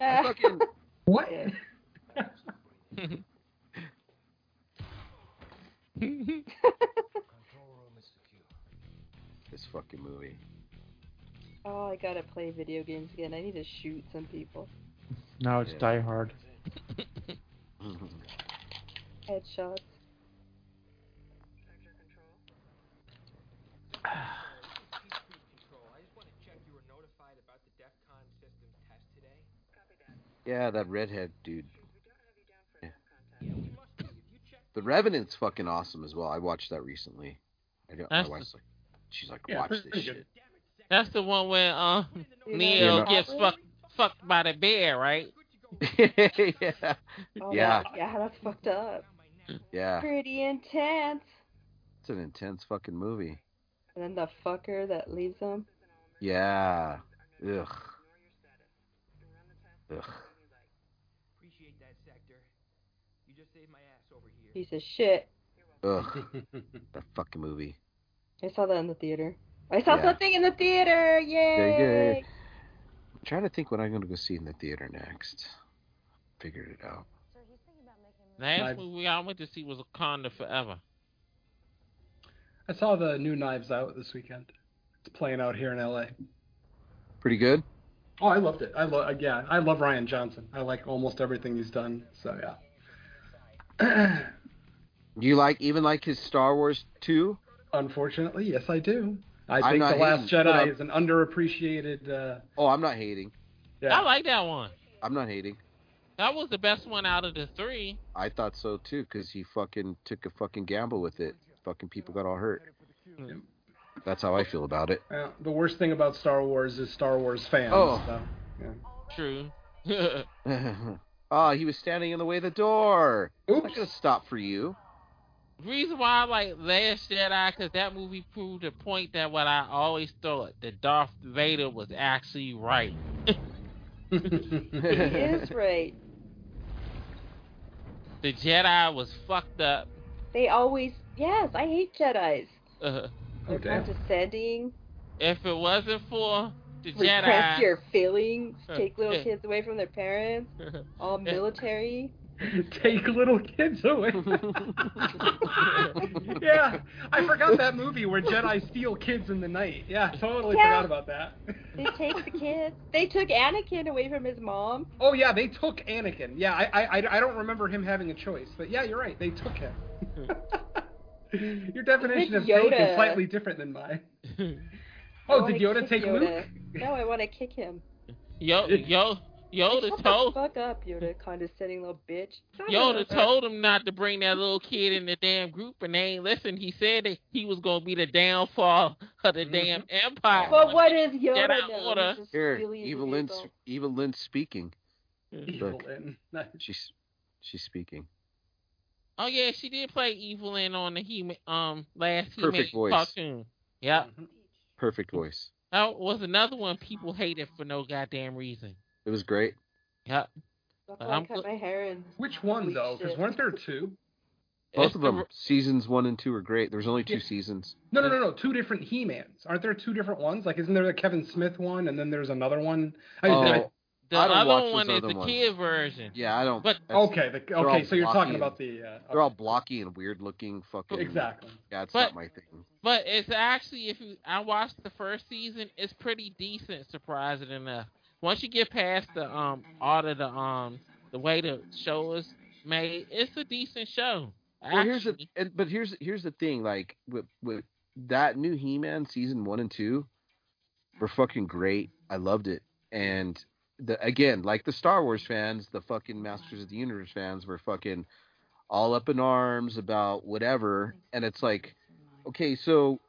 I fucking
What?
this fucking movie.
oh, I gotta play video games again. I need to shoot some people.
Now it's
Yeah.
Die Hard.
Headshots.
yeah, that redhead dude. Yeah. The Revenant's fucking awesome as well. I watched that recently. I don't, my
That's-
wife's like, she's like,
Yeah,
watch
pretty
this
good.
shit.
That's the one where um
You know,
Neo
Robert-
gets fucked fucked by the bear, right?
yeah,
Oh,
Yeah.
that- yeah, that's fucked up.
yeah.
Pretty intense.
It's an intense fucking movie.
And then the fucker that leaves him.
Yeah. Ugh. Ugh.
Piece of shit.
Ugh. That fucking movie.
I saw that in the theater. I saw
Yeah.
something in the theater. Yay!
good. I'm trying to think what I'm gonna go see in the theater next. Figured it out.
Last
My-
movie I went to see was Wakanda Forever.
I saw the new Knives Out this weekend. It's playing out here in L.A.
Pretty good.
Oh, I loved it. I love yeah, I love Ryan Johnson. I like almost everything he's done. So yeah.
Do you like even like his Star Wars two?
Unfortunately, yes, I do. I
I'm
think
not
the Last
hating, but
Jedi
I'm-
is an underappreciated. Uh,
Oh, I'm not hating.
yeah.
I like that one.
I'm not hating.
That was the best one out of the three.
I thought so too, because he fucking took a fucking gamble with it. Fucking people got all hurt. That's how I feel about it.
Yeah, Uh, the worst thing about Star Wars is Star Wars fans.
Oh.
so,
True.
Ah, he was standing in the way of the door. I'm not
Oops.
gonna stop for you.
reason why I like Last Jedi because that movie proved a point that what I always thought that Darth Vader was actually right.
He is right.
The Jedi was fucked up.
They always. Yes, I hate Jedi's.
Uh,
oh
They're
damn.
condescending.
if it wasn't for the
Repress
Jedi,
your feelings. Take little
Yeah.
kids away from their parents. All
Yeah.
military.
Take little kids away. yeah, I forgot that movie where Jedi steal kids in the night. Yeah, totally
Yeah.
forgot about that.
They take the kids. They took Anakin away from his mom.
Oh yeah, they took Anakin. Yeah, I, I- I, I don't remember him having a choice, but yeah, you're right. They took him. Your definition of
They
take
took
is
Yoda.
slightly different than mine. Oh,
I
did
wanna
Yoda
kick
take
Yoda.
Luke?
No, I want to kick him.
yo yo Yoda
Shut the
told
fuck up, Yoda, condescending little bitch. Shut
Yoda
up.
told him not to bring that little kid in the damn group, and they ain't listen. He said that he was gonna be the downfall of
Mm-hmm.
the damn empire.
But what is
Jedi
Yoda? know?
order.
He's just
Here,
really into
Evil Lynn,
people.
Evil Lynn speaking.
Evil
Look.
in.
She's she's speaking.
Oh yeah, she did play Evil in on the he um last he
Perfect voice.
cartoon. Yeah,
Perfect voice.
that was another one people hated for no goddamn reason.
It was great.
Yeah,
That's
But
why I
I'm
cut
gl-
my hair and
Which one
Holy
though? Because
shit.
weren't there two?
Both
It's
of
the
them,
r-
seasons one and two, are great. There was only two
Yeah.
seasons.
No, no, no, no. Two different He-Mans. Aren't there two different ones? Like, isn't there the Kevin Smith one, and then there's another one? I,
Oh,
the
I don't watch
other
those
one is
other
the
ones.
kid version.
yeah, I don't.
But-
I-
that's-
okay, the,
all
okay. So you're
blocky.
talking about the. Uh,
They're all
okay.
blocky and weird looking. Fucking
Exactly.
Yeah, it's
But-
not my thing.
But it's actually if you I watched the first season, it's pretty decent, surprising enough. Once you get past the um all of the um the way the show is made, it's a decent show.
Well, here's the,
actually.
and, but here's here's the thing. Like with with that new He-Man season one and two, were fucking great. I loved it. And the again, like the Star Wars fans, the fucking Masters of the Universe fans were fucking all up in arms about whatever. And it's like, okay, so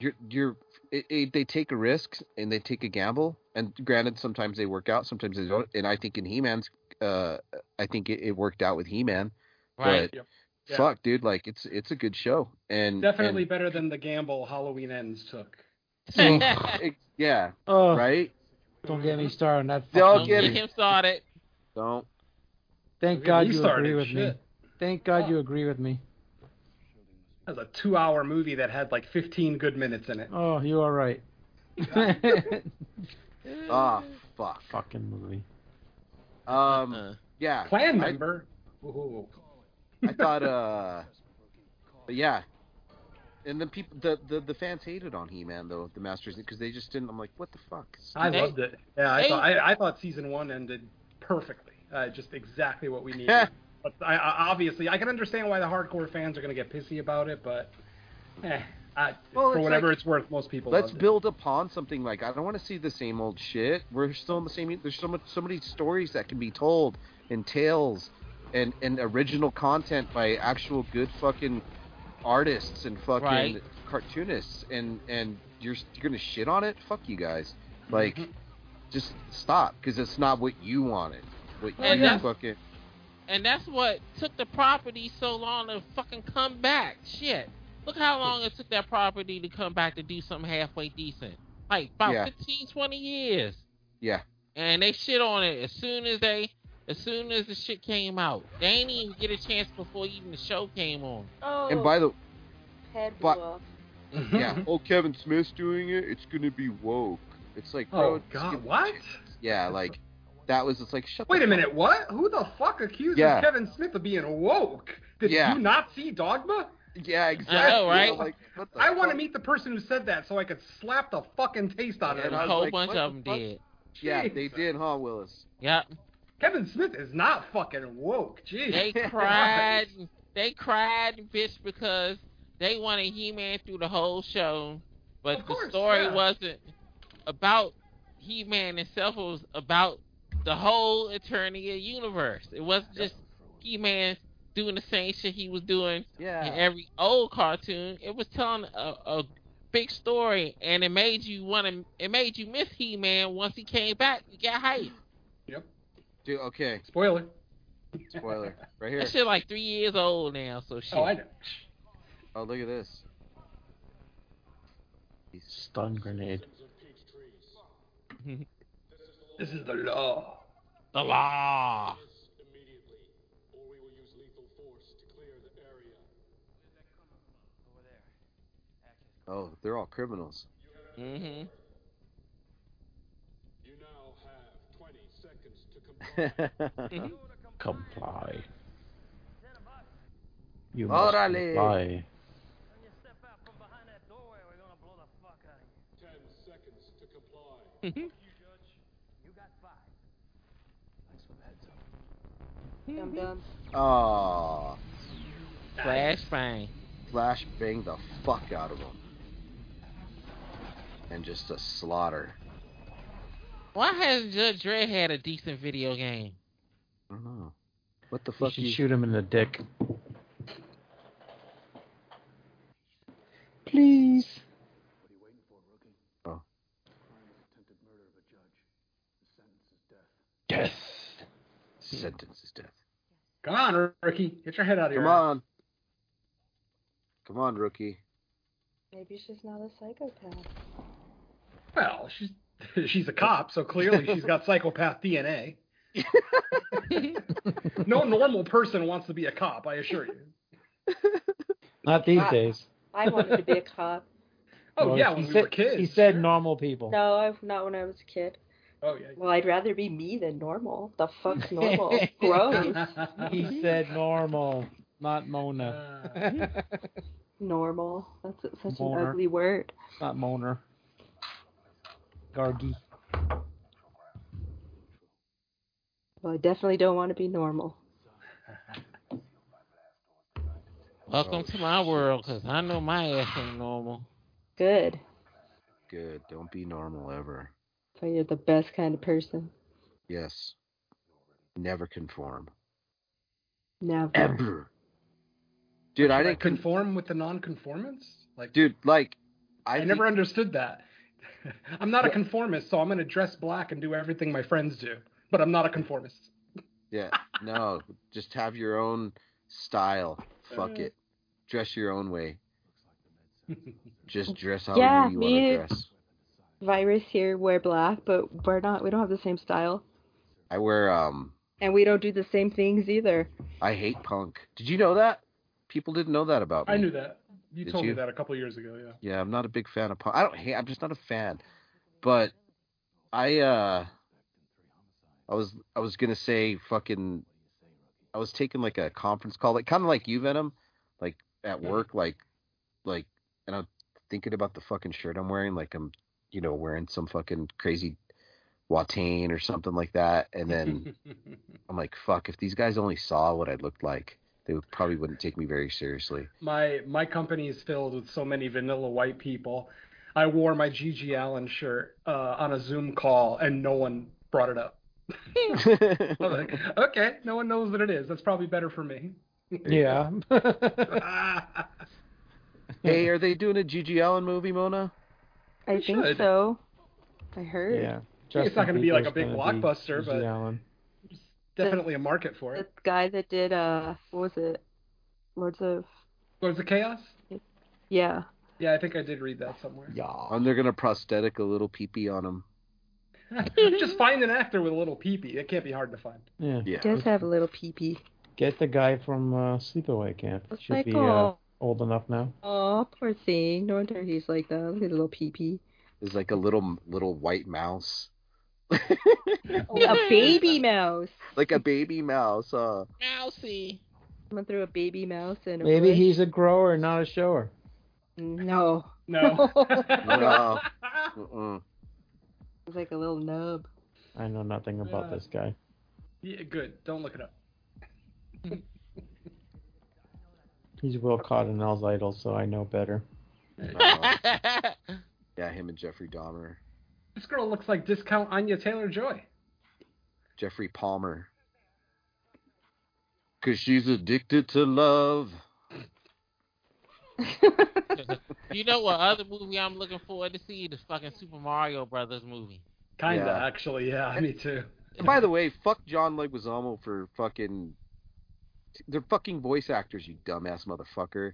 you're you're it, it, they take a risk and they take a gamble. And granted, sometimes they work out, sometimes they don't. And I think in He-Man's, uh, I think it, it worked out with He-Man.
right.
But
Yep. Yeah.
fuck, dude, like it's it's a good show, and
Definitely
and-
better than the gamble Halloween Ends took.
it- yeah,
Oh,
right.
don't get me started on that.
Don't
Don't
fucking
get
get
movie.
me-
him started.
Don't.
Thank
Look at
God
me
you
started,
agree with me.
Ah.
shit.
Thank God you agree with me.
That was a two-hour movie that had like 15 good minutes in it.
Oh, you are right.
Ah, fuck.
Fucking movie.
Um,
Uh,
yeah.
Clan
I-
member. Ooh.
I thought, uh, but yeah. And then people, the, the the fans hated on He-Man though, the Masters, because they just didn't. I'm like, what the fuck?
I
Hey.
loved it. Yeah, I
Hey.
thought I, I thought season one ended perfectly, uh, just exactly what we needed. but I, I, obviously, I can understand why the hardcore fans are going to get pissy about it, but eh, I,
Well,
for
it's
whatever
like-
it's worth, most people.
Let's
loved it.
build upon something like I don't want to see the same old shit. We're still in the same. There's so much, so many stories that can be told, and tales, and and original content by actual good fucking artists and fucking
Right.
cartoonists, and and you're, you're gonna shit on it. Fuck you guys.
Mm-hmm.
Like, just stop because it's not what you wanted. What
Oh,
Well,
you
yeah.
fucking
and that's what took the property so long to fucking come back. Shit. Look how long it took that property to come back to do something halfway decent. Like about
Yeah.
fifteen, twenty 15, 20 years.
yeah.
And they shit on it as soon as they as soon as the shit came out. They ain't even get a chance before even the show came on.
Oh,
And by the
head
but-
blew off.
Mm-hmm.
yeah, oh Kevin Smith's doing it. It's gonna be woke. It's like bro,
oh
just give
God,
it a
what?
chance. Yeah, like that was just like shut.
Wait
the
a minute, what? Who the fuck accuses
Yeah.
Kevin Smith of being woke? Did
Yeah.
you not see Dogma?
Fuck. Yeah, exactly.
right?
Like, what the
I want to
fuck?
meet the person who said that so I could slap the fucking taste out of
And
And
him. Oh,
I
a
was
whole
like,
bunch
what
of
the
them
fuck?
did.
Yeah, they did, huh, Willis?
Yep.
Kevin Smith is not fucking woke. Jeez.
They cried. They cried, bitch, because they wanted He-Man through the whole show, but
Of
the
course,
story
yeah.
wasn't about He-Man itself. It was about the whole Eternia universe. It wasn't just He-Man doing the same shit he was doing in
Yeah.
every old cartoon. It was telling a, a big story, and it made you want to. It made you miss He-Man once he came back. You got hype.
Dude, okay,
Spoiler.
spoiler. Right here.
That shit like three years old now, so shit.
Oh, I know.
Oh, look at this.
Stun grenade.
This is the law.
the law.
Oh, they're all criminals.
hmm Mm-hmm.
Mm-hmm.
Comply. You must
Orale.
comply.
I'm done.
Aw,
Flash bang.
Flash banged the fuck out of them. And just a slaughter.
Why hasn't Judge Dredd had a decent video game?
I don't know. What the
You
fuck
should
you?
shoot him in the dick. Yes.
Sentence is death.
Come on, Ricky. Get your head out of here.
Come on. Come on, rookie.
Maybe she's not a psychopath.
Well, she's she's a cop, so clearly she's got psychopath DNA. no normal person wants to be a cop, I assure you.
Not these
Ah.
days.
I wanted to be a cop.
Oh
Well,
yeah,
he
when we
said,
were kids.
He said
sure.
normal people.
No, I, not when I was a kid.
Oh yeah.
Well, I'd rather be me than normal. The fuck's normal? Gross.
He said normal, not Mona.
Uh,
Normal. That's a- such an
Mourner.
ugly word.
not Moner. Gargi.
Well, I definitely don't want to be normal.
Welcome to my world, cause I know my ass ain't normal.
Good.
Good. Don't be normal ever.
So you're the best kind of person.
Yes. Never conform.
Never.
Ever. Dude, I
like,
didn't conform.
conform with the non-conformance. Like
Dude, like,
I
I
never understood that. I'm not a
Yeah.
conformist, so I'm gonna dress black and do everything my friends do. But I'm not a conformist.
Yeah, no. Just have your own style. Fuck it. Dress your own way. Just dress how
Yeah,
you
me-
want to dress.
Virus here wear black, but we're not. We don't have the same style,
I wear um.
and we don't do the same things either.
I hate punk. Did you know that? People didn't know that about me.
I knew that. You
Did
told
you?
me that a couple years ago. Yeah.
Yeah, I'm not a big fan of punk. I don't hate. I'm just not a fan. But I uh, I was I was gonna say fucking. I was taking like a conference call, like kind of like you, Venom, like at work, like like, and I'm thinking about the fucking shirt I'm wearing, like I'm you know wearing some fucking crazy Watane or something like that, and then I'm like, fuck, if these guys only saw what I looked like, they would, probably wouldn't take me very seriously.
my my company is filled with so many vanilla white people. I wore my Gigi Allen shirt uh, on a Zoom call, and no one brought it up. I was like, okay, no one knows what it is. That's probably better for me.
Yeah.
Ah.
hey, are they doing a Gigi Allen movie, Mona?
I
You
think
should.
so. I heard.
yeah.
It's not gonna be like a big
Justin Bieber's gonna be
blockbuster,
Gigi
but-
Allen.
Definitely a market for
The
it.
guy that did uh, what was it? Lords of
Lords of Chaos?
yeah.
Yeah, I think I did read that somewhere.
And they're gonna prosthetic a little peepee on him.
Just find an actor with a little peepee. It can't be hard to find.
Yeah.
Yeah.
Does have a little pee pee.
Get the guy from uh, Sleepaway Camp.
Looks
Should
like
be uh,
oh,
old enough now.
aw, poor thing. No wonder he's like that. Look at his little pee pee.
It's like a little little white mouse,
A baby mouse.
like a baby mouse. Uh,
Mousy.
Someone threw a baby mouse in a
Maybe
bush.
he's a grower, not a shower.
no.
No.
No. mm-mm.
It's like a little nub.
I know nothing about
Yeah.
this guy.
Yeah, good. Don't look it up.
He's Will Cottonell's idol, so I know better.
Uh, yeah, him and Jeffrey Dahmer,
This girl looks like discount Anya Taylor Joy.
Jeffrey Palmer. Cause she's addicted to love.
you know what other movie I'm looking forward to see? The fucking Super Mario Brothers movie.
Kinda,
Yeah.
actually. Yeah, me too.
And by the way, fuck John Leguizamo for fucking. They're fucking voice actors, you dumbass motherfucker.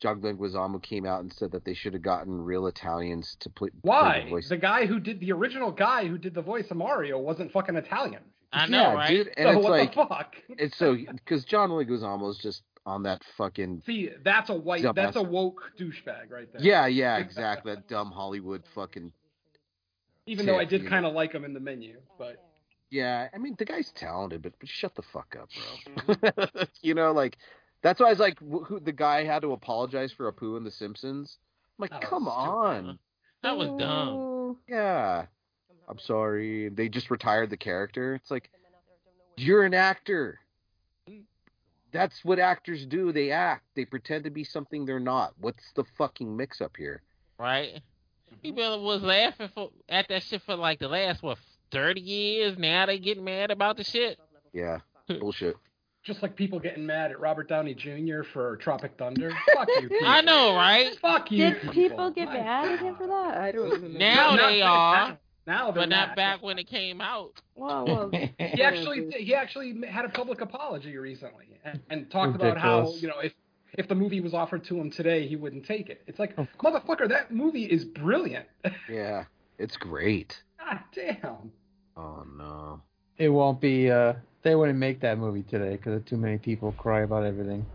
John Leguizamo came out and said that they should have gotten real Italians to play. play
Why?
The voice.
The guy who did the original guy who did the voice of Mario wasn't fucking Italian.
I know,
yeah,
right?
dude. And
so
it's
what
like,
the fuck?
it's so because John Leguizamo's just on that fucking.
See, that's a white,
Dumbass.
that's a woke douchebag right there.
Yeah, yeah, exactly. That dumb Hollywood fucking.
Even though I
Tick,
did
you
kind of like him in the menu, but
Yeah, I mean the guy's talented, but, but shut the fuck up, bro.
Mm-hmm.
you know, like that's why I was like, wh- who, the guy had to apologize for Apu in The Simpsons. I'm like,
Oh,
come
stupid.
on.
That was dumb.
Yeah. I'm sorry. They just retired the character. It's like you're an actor. That's what actors do. They act. They pretend to be something they're not. What's the fucking mix up here?
right? He been was laughing for at that shit for like the last what thirty years. Now they getting mad about the shit.
Yeah. Bullshit.
just like people getting mad at Robert Downey Jr. for Tropic Thunder. fuck you. People.
I know, right?
Fuck you.
Did people get
My
mad at him for
God.
that? I don't remember.
Now
Not-
they
not-
are,
Now they're
but not
mad.
back when it came out.
Whoa, whoa.
He actually he actually had a public apology recently and, and talked about how
Ridiculous.
you know if if the movie was offered to him today he wouldn't take it. It's like
Of
motherfucker that movie is brilliant.
Yeah. It's great.
God damn.
Oh no.
It won't be. Uh, they wouldn't make that movie today because too many people cry about everything.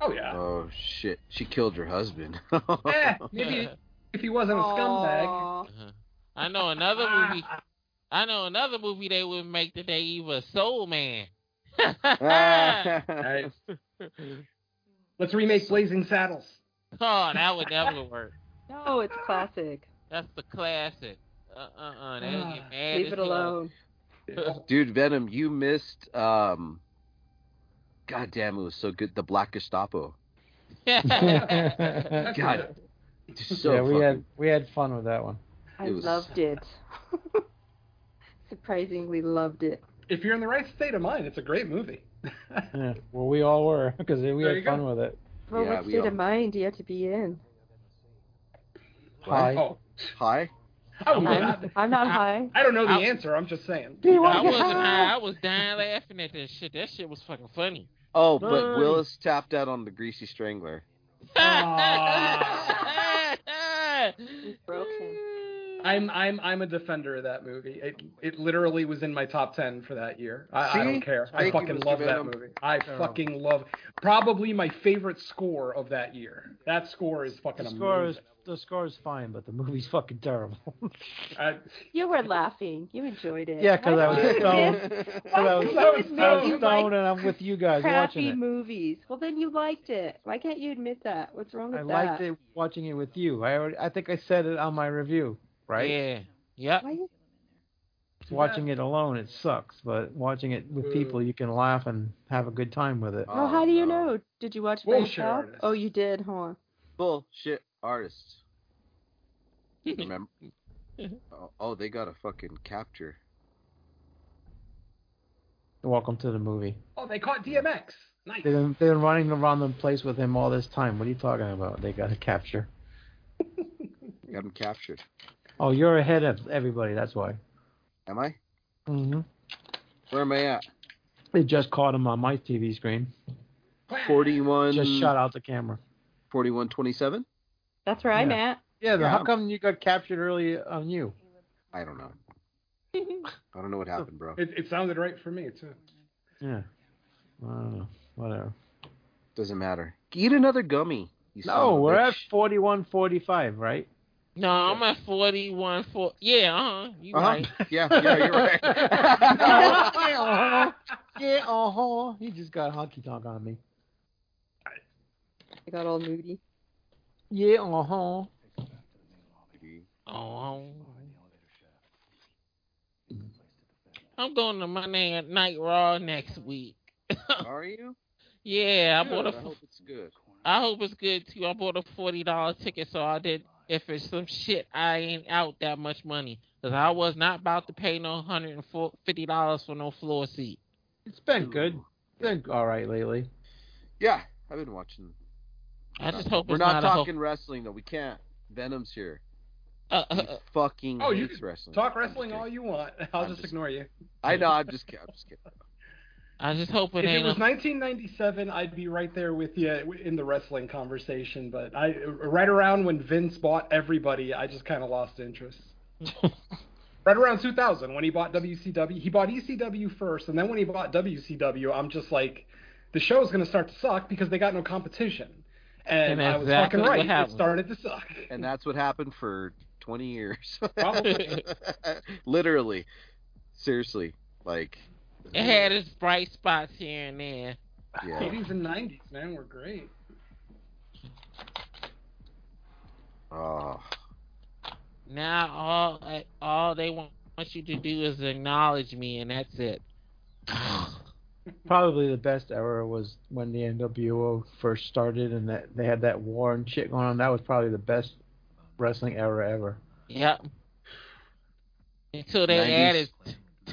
Oh yeah.
Oh shit. She killed her husband.
Eh, maybe if he wasn't a scumbag.
Aw.
I know another movie. I know another movie they would make today. Even Soul Man. oh,
All right. Let's remake Blazing Saddles.
that would never work.
No, it's classic.
That's the classic. Uh uh uh. They would get mad
Leave
as
it
hell.
alone.
Dude, Venom, you missed um God damn, it was so good. The Black Gestapo.
yeah,
That's
God,
it.
So
we
fucking-
had we had fun with that one.
I
It was-
loved it. Surprisingly loved it.
If you're in the right state of mind, it's a great movie.
Yeah. Well, we all were because we
There you
had fun with it.
Well,
Yeah,
what
we
state
all-
of mind do you have to be in?
What?
Hi.
Oh,
Hi.
I, would-
I'm, I'm not high.
I don't know the
I-
answer. I'm just saying.
I wasn't high. I was dying laughing at that shit. That shit was fucking funny.
Oh, but
Hi.
Willis tapped out on the Greasy Strangler.
Ah.
Broken.
I'm I'm I'm a defender of that movie. It it literally was in my top ten for that year. I, I
See?
don't care. I
Thank you,
fucking
Mr.
love that
Venom.
movie. I fucking love probably my favorite score of that year. That score is fucking
The score is
amazing.
the score is fine, but the movie's fucking terrible.
I,
You were laughing. You enjoyed it.
Yeah, 'cause
Why
I was
don't you
stoned.
admit-
I
Why
was,
don't
I
you
was
admit you
stoned,
liked
and I'm with you guys watching
crappy
it.
movies? Well, then you liked it. Why can't you admit that? What's wrong with
I
that?
liked it watching it with you. I already, I think I said it on my review, right?
Yeah. Yep.
Why you
Watching it alone, it sucks, but watching it with people, you can laugh and have a good time with it.
Oh,
Well, how do you know? Did you watch it by
Bullshit
yourself?
artist.
Oh, you did, huh?
Bullshit artists. Remember? oh, oh, they got a fucking capture.
Welcome to the movie.
oh, they caught DMX. Nice.
They've been, they've been running around the place with him all this time. What are you talking about? They got a capture.
Got him captured.
Oh, you're ahead of everybody. That's why.
Am I?
hmm
Where am I at?
They just caught him on my TV screen.
Forty-one.
Just shot out the camera.
Forty-one twenty-seven.
That's where I'm at.
Yeah,
Yeah.
how come you got captured early on you?
I don't know. I don't know what happened, bro.
It, it sounded right for me too.
Yeah. I don't know. Whatever.
Doesn't matter. Eat another gummy. You son
No,
of a
we're at
bitch.
41.45, right?
No, I'm at 41. For, yeah, uh huh. You
Uh-huh.
right.
Yeah, yeah, you're right.
yeah, uh-huh. He just got honky tonk on me.
I got all moody.
Yeah, uh-huh.
Oh. I'm going to Monday at Night Raw next week.
Are you?
Yeah, I
Good,
bought
I
a.
hope it's good.
I hope it's good too. I bought a forty dollar ticket, so I did. If it's some shit, I ain't out that much money because I was not about to pay no hundred and fifty dollars for no floor seat.
It's been good. It's been all right lately.
Yeah, I've been watching.
I just hope
we're
it's
not,
not,
talking wrestling though. We can't. Venom's here.
A whole, uh,
He
uh, uh,
fucking
Oh, you
hates
can
wrestling.
Talk
I'm just
wrestling all
kidding.
you want. I'll
I'm
just
just-
ignore you.
I know. I'm just kidding. I'm just kidding.
I just hope it
If it
ain't.
was
a-
1997, I'd be right there with you in the wrestling conversation. But I, right around when Vince bought everybody, I just kind of lost interest. right around 2000, when he bought WCW, he bought ECW first, and then when he bought WCW, I'm just like, the show's going to start to suck because they got no competition. And,
And
I was
exactly
fucking
what
right. It
happened.
started to suck.
And that's what happened for 20 years.
Probably.
Literally. Seriously. Like,
it had its bright spots here and there.
yeah.
80s and 90s, man, were great.
Oh.
Now all uh, all they want, want you to do is acknowledge me, and that's it.
Probably the best era was when the NWO first started and that they had that war and shit going on. That was probably the best wrestling era ever.
Yep. Until they
90s.
added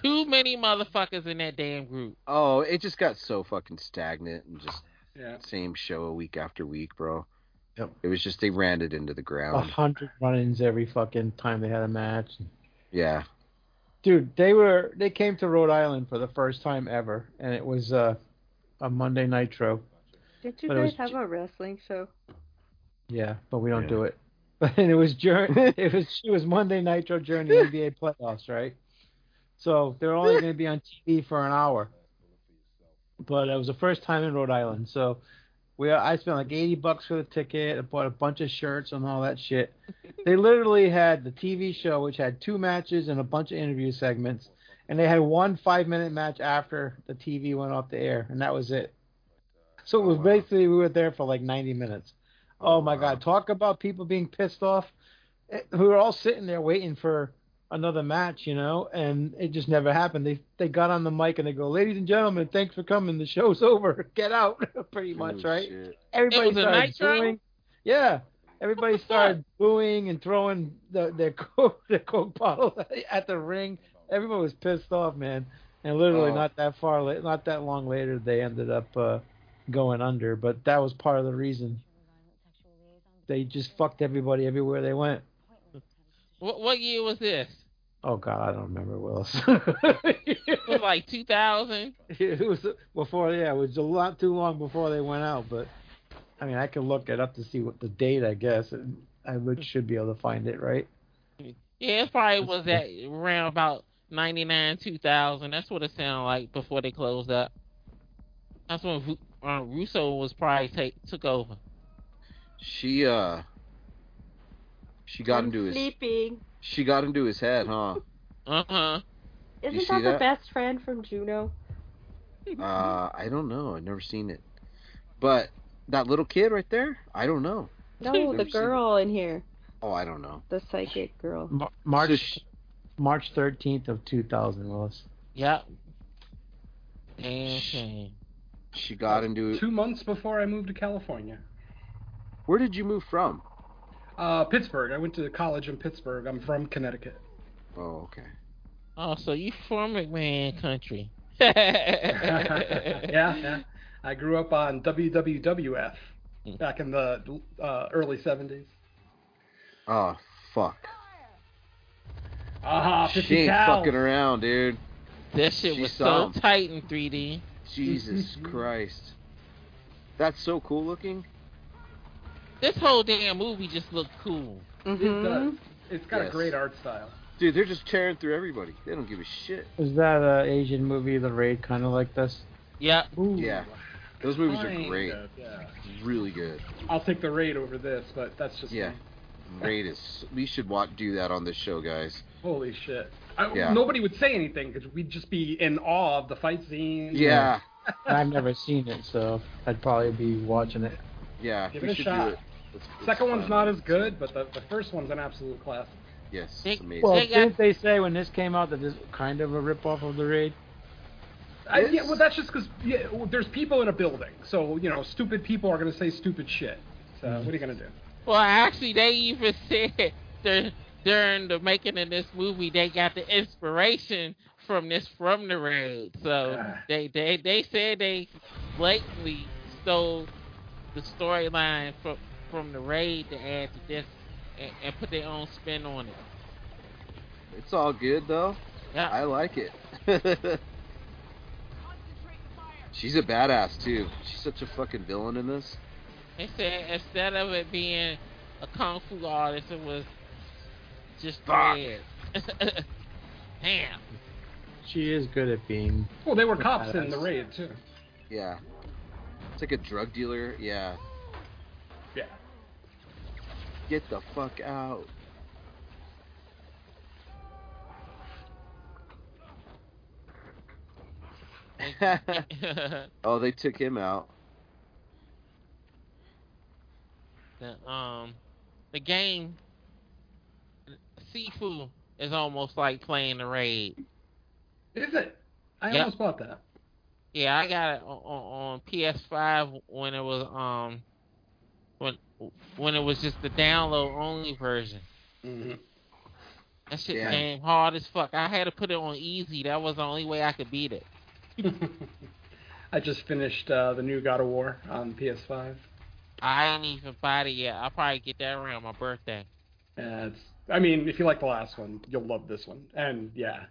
too many motherfuckers in that damn group.
Oh, it just got so fucking stagnant and just
Yeah.
same show week after week, bro.
Yep. Oh,
It was just they ran it into the
A
ground.
hundred run-ins every fucking time they had a match.
Yeah.
Dude, they were they came to Rhode Island for the first time ever, and it was uh, a Monday Nitro.
Did you
But it
guys
was
have
ju-
a wrestling show?
Yeah, but we don't
Yeah.
do it. And it was during it was it was Monday Nitro during the NBA playoffs, right? So they're only going to be on TV for an hour. But it was the first time in Rhode Island, so we I spent like eighty bucks for the ticket. I bought a bunch of shirts and all that shit. They literally had the TV show, which had two matches and a bunch of interview segments, and they had one five minute match after the TV went off the air, and that was it. So it was
Oh, wow.
basically we were there for like ninety minutes. Oh my
wow.
God! Talk about people being pissed off. Eh, We were all sitting there waiting for another match, you know, and it just never happened. They they got on the mic and they go, "Ladies and gentlemen, thanks for coming. The show's over. Get out." Pretty much,
Oh,
right?
shit.
Everybody
It was a
started
nitro?
booing. Yeah, everybody
What the
started booing and throwing the, their coke their coke bottle at the ring. Everyone was pissed off, man. And literally,
Oh.
not that far, la- not that long later, they ended up uh, going under. But that was part of the reason. They just fucked everybody everywhere they went.
What what year was this?
Oh God, I don't remember Willis.
It was like 2000.
it was before, yeah, it was a lot too long before they went out. But I mean, I could look it up to see what the date. I guess I would, should be able to find it, right?
Yeah, it probably was at around about ninety nine two thousand. That's what it sounded like before they closed up. That's when Vu- uh, Russo was probably take took over.
She uh she got into his
Sleeping.
she got into his head, huh?
Uh huh.
You
Isn't
see
that the
that?
best friend from Juno?
Uh I don't know. I've never seen it. But that little kid right there? I don't know.
No, the
Never seen
girl in here.
Oh, I don't know.
The psychic girl.
Mar-
So
March
she-
March 13th of 2000, Willis.
Yep. Damn shame.
she got into
Two months before I moved to California,
Where did you move from?
uh, Pittsburgh. I went to college in Pittsburgh. I'm from Connecticut.
Oh, okay.
Oh, so you from McMahon country?
yeah, yeah. I grew up on WWWF
Hmm.
back in the uh, early 70s.
Oh, fuck.
Aha, uh-huh, 50
She ain't
cal.
fucking around, dude.
That shit
She
was
saw
so
'em.
tight in 3D.
Jesus Christ. That's so cool looking.
This whole damn movie just looked cool.
It does.
Mm-hmm.
It's got
Yes.
a great art style.
Dude, they're just tearing through everybody. They don't give a shit.
Is that an Asian movie, The Raid, kind of like this?
Yep.
Ooh,
Yeah. Those movies are
kind
great.
of, yeah.
Really good.
I'll take the raid over this, but that's just
Yeah.
me.
Great is we should watch do that on this show, guys.
Holy shit. I,
Yeah.
Nobody would say anything because we'd just be in awe of the fight scene.
Yeah.
I've never seen it, so I'd probably be watching it.
Yeah.
Give
we
it a
should
shot.
do it. It's- it's
Second one's
fun.
not as good, but the, the first one's an absolute classic.
Yes,
They-
it's amazing.
Well,
They got-
didn't they say when this came out that this kind of a ripoff of The Raid?
I, yeah,
It's-
well, that's just because yeah, well, there's people in a building, so you know, stupid people are gonna say stupid shit. So
Mm-hmm.
what are you gonna do?
Well, actually, they even said dur- during the making of this movie, they got the inspiration from this from the raid. So
Ah.
they they they said they blatantly stole the storyline from from the raid to add to this and, and put their own spin on it.
It's all good though.
Yeah.
I like it. She's a badass too. She's such a fucking villain in this.
They said instead of it being a kung fu artist, it was just
Fuck.
dead. Damn.
She is good at being.
Well, they were cops in the
Badass.
raid too.
Yeah. It's like a drug dealer. Yeah.
Yeah.
Get the fuck out. oh, they took him out.
the um the game Sifu is almost like playing the raid.
Is it? I
Yeah.
almost bought that.
Yeah, I got it on, on PS5 when it was um when when it was just the download only version.
Mm-hmm.
That shit
Yeah.
came hard as fuck. I had to put it on easy. That was the only way I could beat it.
I just finished uh, the new God of War on PS5.
I ain't even bought it yet. I'll probably get that around my birthday.
And it's, I mean, if you like the last one, you'll love this one. And yeah,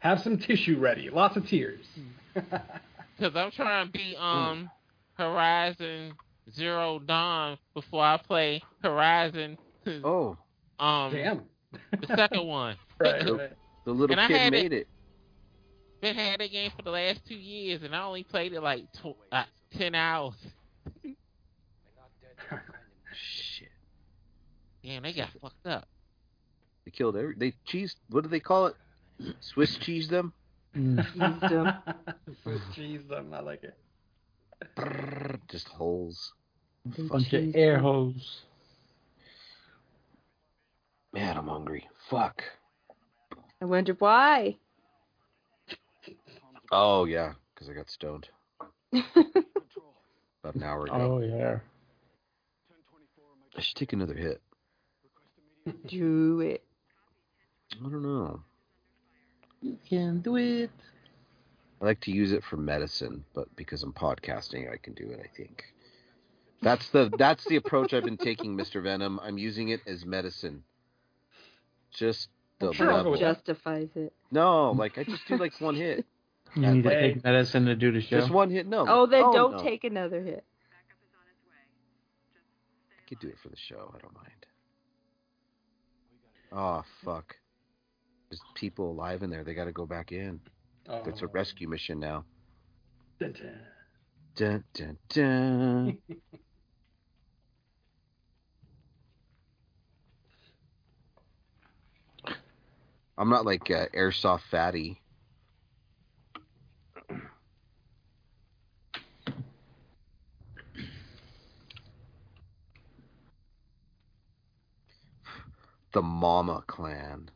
have some tissue ready. Lots of tears.
Cause I'm trying to
Mm.
beat um Horizon Zero Dawn before I play Horizon
Oh,
um
Damn.
the second one.
right, right.
the little
And I
kid
had it.
made it.
Been had that game for the last two years, and I only played it like tw- uh, ten hours.
Shit.
Damn, they got fucked up.
They killed every. They cheese. What do they call it? Swiss cheese them.
Mm.
Swiss cheese them. um, I like it.
Brrr, Just holes.
bunch of air hose.
Man, I'm hungry. Fuck.
I wonder why.
Oh yeah, because I got stoned about an hour ago.
Oh yeah.
I should take another hit.
Do it.
I don't know.
You can do it.
I like to use it for medicine, but because I'm podcasting, I can do it. I think that's the that's the approach I've been taking, Mr. Venom. I'm using it as medicine. Just the
Sure, I'll go
level.
with that.
Justifies it.
No, like I just do like one hit.
You need to
Hey.
take medicine to do the show.
Just one hit. No.
Oh, then don't
no.
take another hit.
I could do it for the show. I don't mind. Oh fuck. There's people alive in there. They got to go back in.
Oh.
It's a rescue mission now.
Dun, dun.
Dun, dun, dun. I'm not like uh, airsoft fatty. The Mama Clan.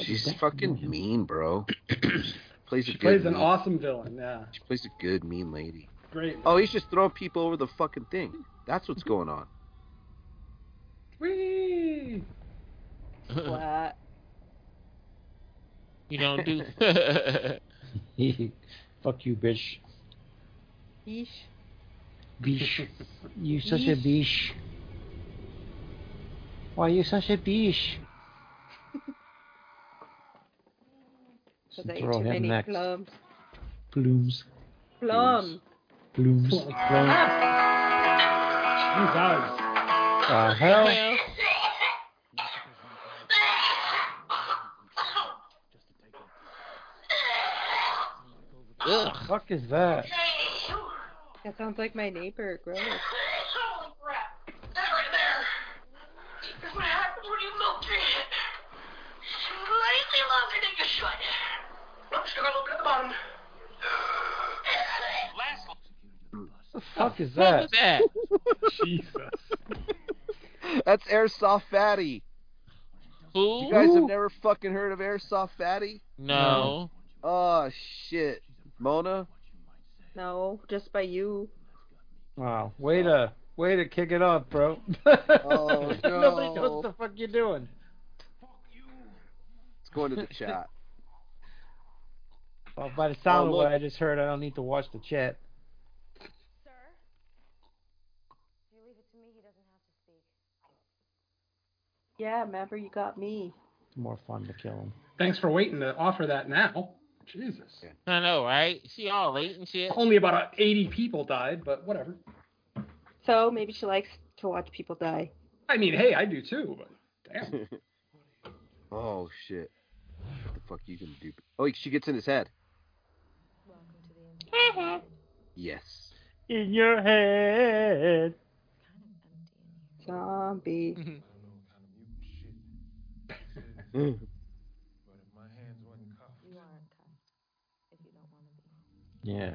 She's fucking mean, bro. plays a
She
good
plays an
mean-
awesome villain. Yeah,
She plays a good mean lady.
great.
Oh, he's just throwing people over the fucking thing. That's what's going on.
Whee!
Flat.
you don't do.
Fuck you, bitch.
Yeesh.
Beesh. You such a beesh. Why you such a beesh?
Cause I ate
Throw
too
him
many
next.
plums.
Plumes.
Plums.
Plumes.
Ah.
Plum.
Jesus.
Uh, hell.
Ugh.
Fuck is that?
That sounds like my neighbor. Gross.
Holy crap! That right there! That's what happens when you milk it! Slightly longer than you should! I'm just gonna look at the bottom.
Fuck is
What
that?
was that?
Jesus.
That's Airsoft Fatty.
Who?
You guys have never fucking heard of Airsoft Fatty?
no.
Oh, shit. Mona?
No, just by you.
Wow. Ah, Way to way to kick it up, bro.
Oh,
Nobody knows
no.
what the fuck you're doing.
It's going to the chat.
Well, by the sound
Oh,
of
look.
what I just heard, I don't need to watch the chat.
Yeah, remember you got me.
It's more fun to kill him.
Thanks for waiting to offer that now. Jesus.
I know, right? She all late and shit.
Only about 80 people died, but whatever.
So maybe she likes to watch people die.
I mean, hey, I do too, but damn.
Oh, shit. What the fuck you gonna do? Oh, she gets in his head. yes.
In your head.
Zombie.
Yeah.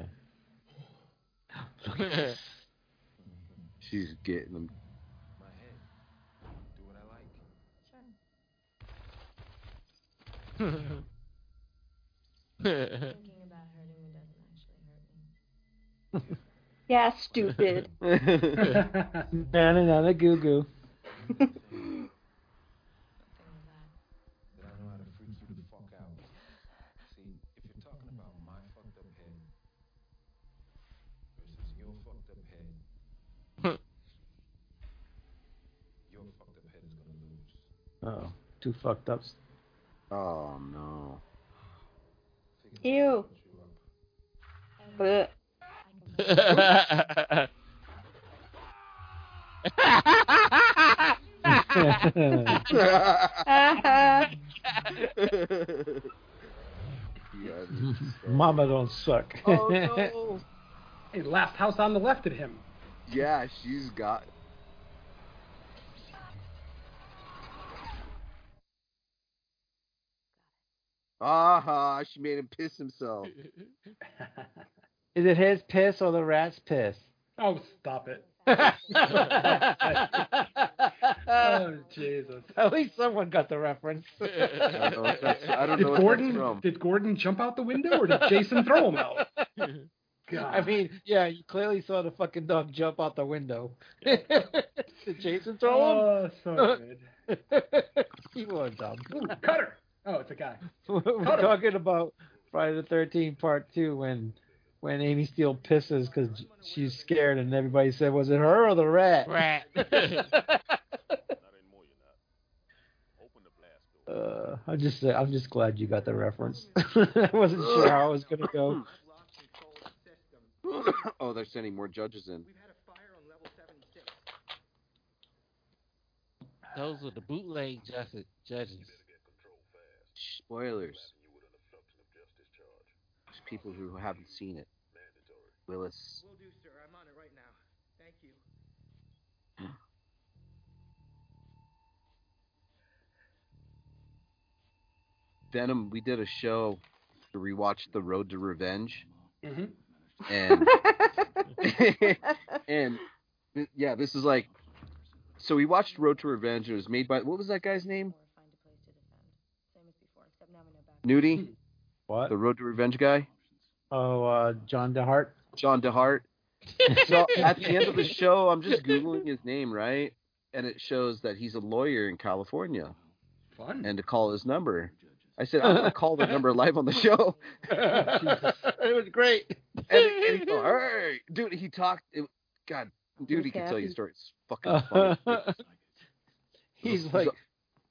She's getting him.
Yeah, stupid.
Na na na na goo goo. Oh, too fucked up.
oh, no.
Ew. Oh, Blech.
Yeah,
Ah,
this is so-
Mama don't suck.
Oh, no.
Hey, last house on the left at him.
Yeah, she's got. Aha, she made him piss himself.
Is it his piss or the rat's piss?
oh, stop it.
At
Uh.
Oh, Jesus.
least someone got the reference.
I don't know what that's, I don't
Did
know what that's
Gordon
from.
did Gordon jump out the window or did Jason throw him out? God.
I mean, yeah, you clearly saw the fucking dog jump out the window. Did Jason throw
oh, so good.
him?
Uh,
People are dumb.
Ooh, cutter. Oh, it's a guy.
We're
Cut 'em.
talking about Friday the Thirteenth Part Two when when Amy Steele pisses because she's scared, and everybody said, "Was it her or the rat?"
Rat.
uh, I'm just I'm just glad you got the reference. I wasn't sure how I was gonna go.
oh, they're sending more judges in.
Those are the bootleg judges. judges.
Spoilers. There's people who haven't seen it. Willis.
Will do, sir. I'm on it right now. Thank you.
Denim, we did a show to rewatch The Road to Revenge.
Mhm.
And and th- yeah, this is like so we watched Road to Revenge. It was made by what was that guy's name? Nudie.
What?
The Road to Revenge guy.
Oh, uh, John DeHart.
John DeHart. so at the end of the show, I'm just googling his name, right? And it shows that he's a lawyer in California,
Fun.
and to call his number. I said I'm gonna call the number live on the show.
it was great.
And, and he's all right, dude. He talked. It, God, dude, he can tell you stories. Fucking funny.
he's like,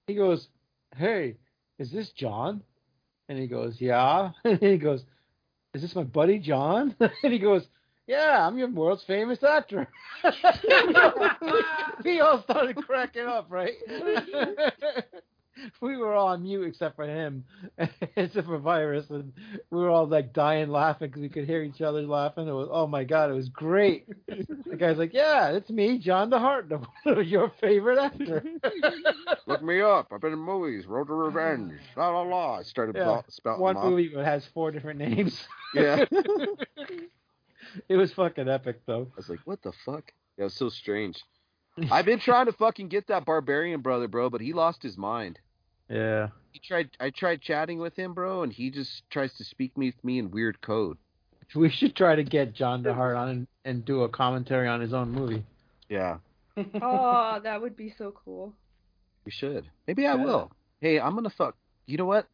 he goes, "Hey, is this John?" And he goes, "Yeah." And he goes, "Is this my buddy John?" And he goes, "Yeah, I'm your world's famous actor." we all started cracking up, right? we were all on mute except for him, except for Virus, and we were all like dying laughing because we could hear each other laughing. It was oh my god, it was great. the guy's like, "Yeah, it's me, John DeHart, your favorite actor."
Look me up. I've been in movies. Road to Revenge. La la la. I started
Yeah.
yeah. spouting
One
them off.
movie that has four different names.
Yeah. I
It was fucking epic though.
was like, what the fuck? That was so strange. I've been trying to fucking get that barbarian brother, bro, but he lost his mind.
Yeah.
He tried. I tried chatting with him, bro, and he just tries to speak me with me in weird code.
We should try to get John DeHart on and, and do a commentary on his own movie.
Yeah,
oh, that would be so cool.
we should. Maybe I will. Hey, I'm gonna fuck. You know what?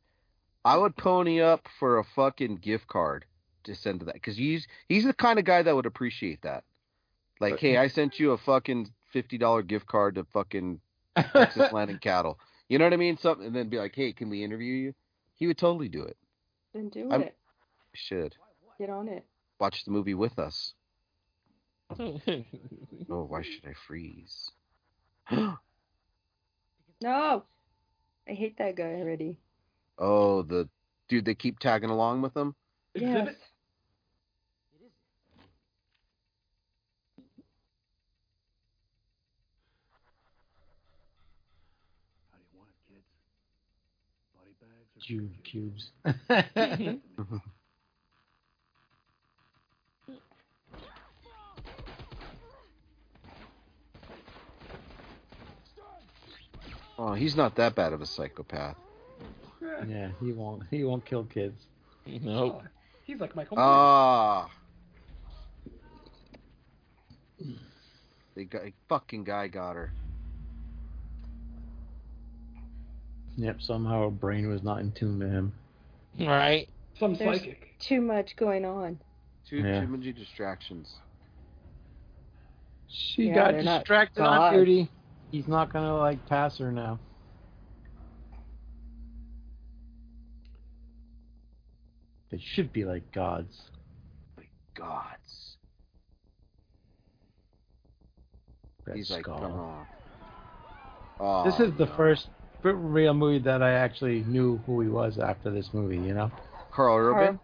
I would pony up for a fucking gift card to send to that because he's he's the kind of guy that would appreciate that. Like, hey, I sent you a fucking fifty dollar gift card to fucking Texas Land and Cattle. You know what I mean? Something, and then be like, hey, can we interview you? He would totally do it.
Then do
I'm-
it.
We should
Get on it.
watch the movie with us.
Who
Oh, why should I freeze?
No, I hate that guy already.
Oh, the dude they keep tagging along with them.
Yes.
Exhibit.
June cubes.
Oh, he's not that bad of a psychopath.
yeah, he won't. He won't kill kids.
Nope.
He's like Michael.
Ah. The guy, fucking guy got her.
Yep. Somehow her brain was not in tune to him.
Right?
Myers. some
There's-
psychic.
Too much going on.
Too,
Yeah.
too many distractions.
She
Yeah,
got
they're not
distracted on
gods.
duty. He's not gonna like pass her now. They should be like gods.
Gods.
That
He's like,
skull.
come on. Oh,
this is the
no.
first r- real movie that I actually knew who he was after this movie. You know.
Carl Urban.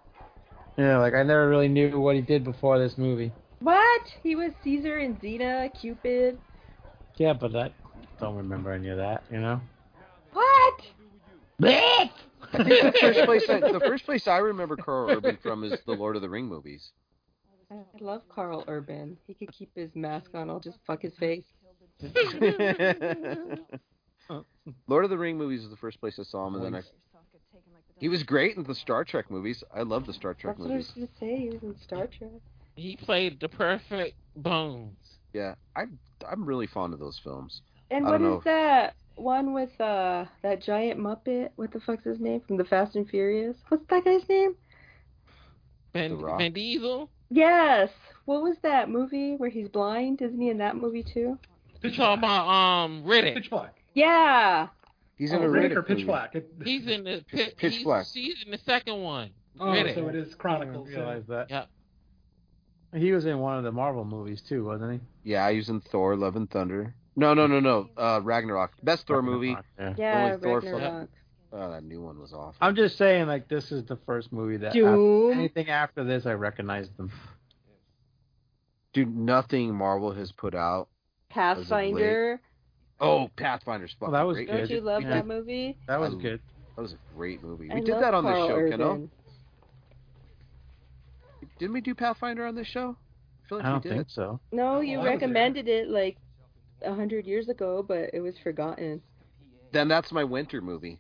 Yeah, like I never really knew what he did before this movie.
What? He was Caesar and Xena, Cupid.
Yeah, but I don't remember any of that. You know.
What?
I think the first place I, the first place I remember Carl Urban from is the Lord of the Ring movies.
I love Carl Urban. He could keep his mask on. I'll just fuck his face.
Lord of the Ring movies is the first place I saw him, and then I. He was great in the Star Trek movies. I love the Star Trek
That's what I was
movies.
gonna say. He was in Star Trek.
He played the perfect Bones.
Yeah, I I'm really fond of those films.
And
I
what
don't
is
know.
that one with uh that giant Muppet? What the fuck's his name from the Fast and Furious? What's that guy's name?
The
Ben,
Rock.
ben Diesel?
Yes. What was that movie where he's blind? Isn't he in that movie too?
You talking about um, Riddick?
Pitch black.
Yeah.
He's
Oh,
in a
Riddick
Riddick
or Pitch
movie.
Black? It-
He's in the pit.
Pitch
he's,
Black.
She's in the second one.
oh,
Riddick.
so it is
I didn't
Chronicles.
realize that.
Yep.
He was in one of the Marvel movies too, wasn't
Yeah, he was in Thor: Love and Thunder.
he?
No, no, no, no. Uh, Ragnarok, best Thor movie.
Yeah.
Yeah,
Only Thor film.
Ragnarok.
Oh, that new one was awful.
I'm just saying, like, this is the first movie that af-
Doom.
anything after this I recognized them.
Dude, nothing Marvel has put out.
Pathfinder.
Oh, Pathfinder's fucking
Oh, that was
great.
Don't
good.
you love
Yeah.
that movie?
That was
I-
good.
That was a great movie. We
I
did
love
that on the
Carl
show, Keno.
Urban.
Didn't we do Pathfinder on this show? I feel like
I
we
don't
did.
think so.
No, you
Oh, I was there.
recommended it like a hundred years ago, but it was forgotten.
Then that's my winter movie.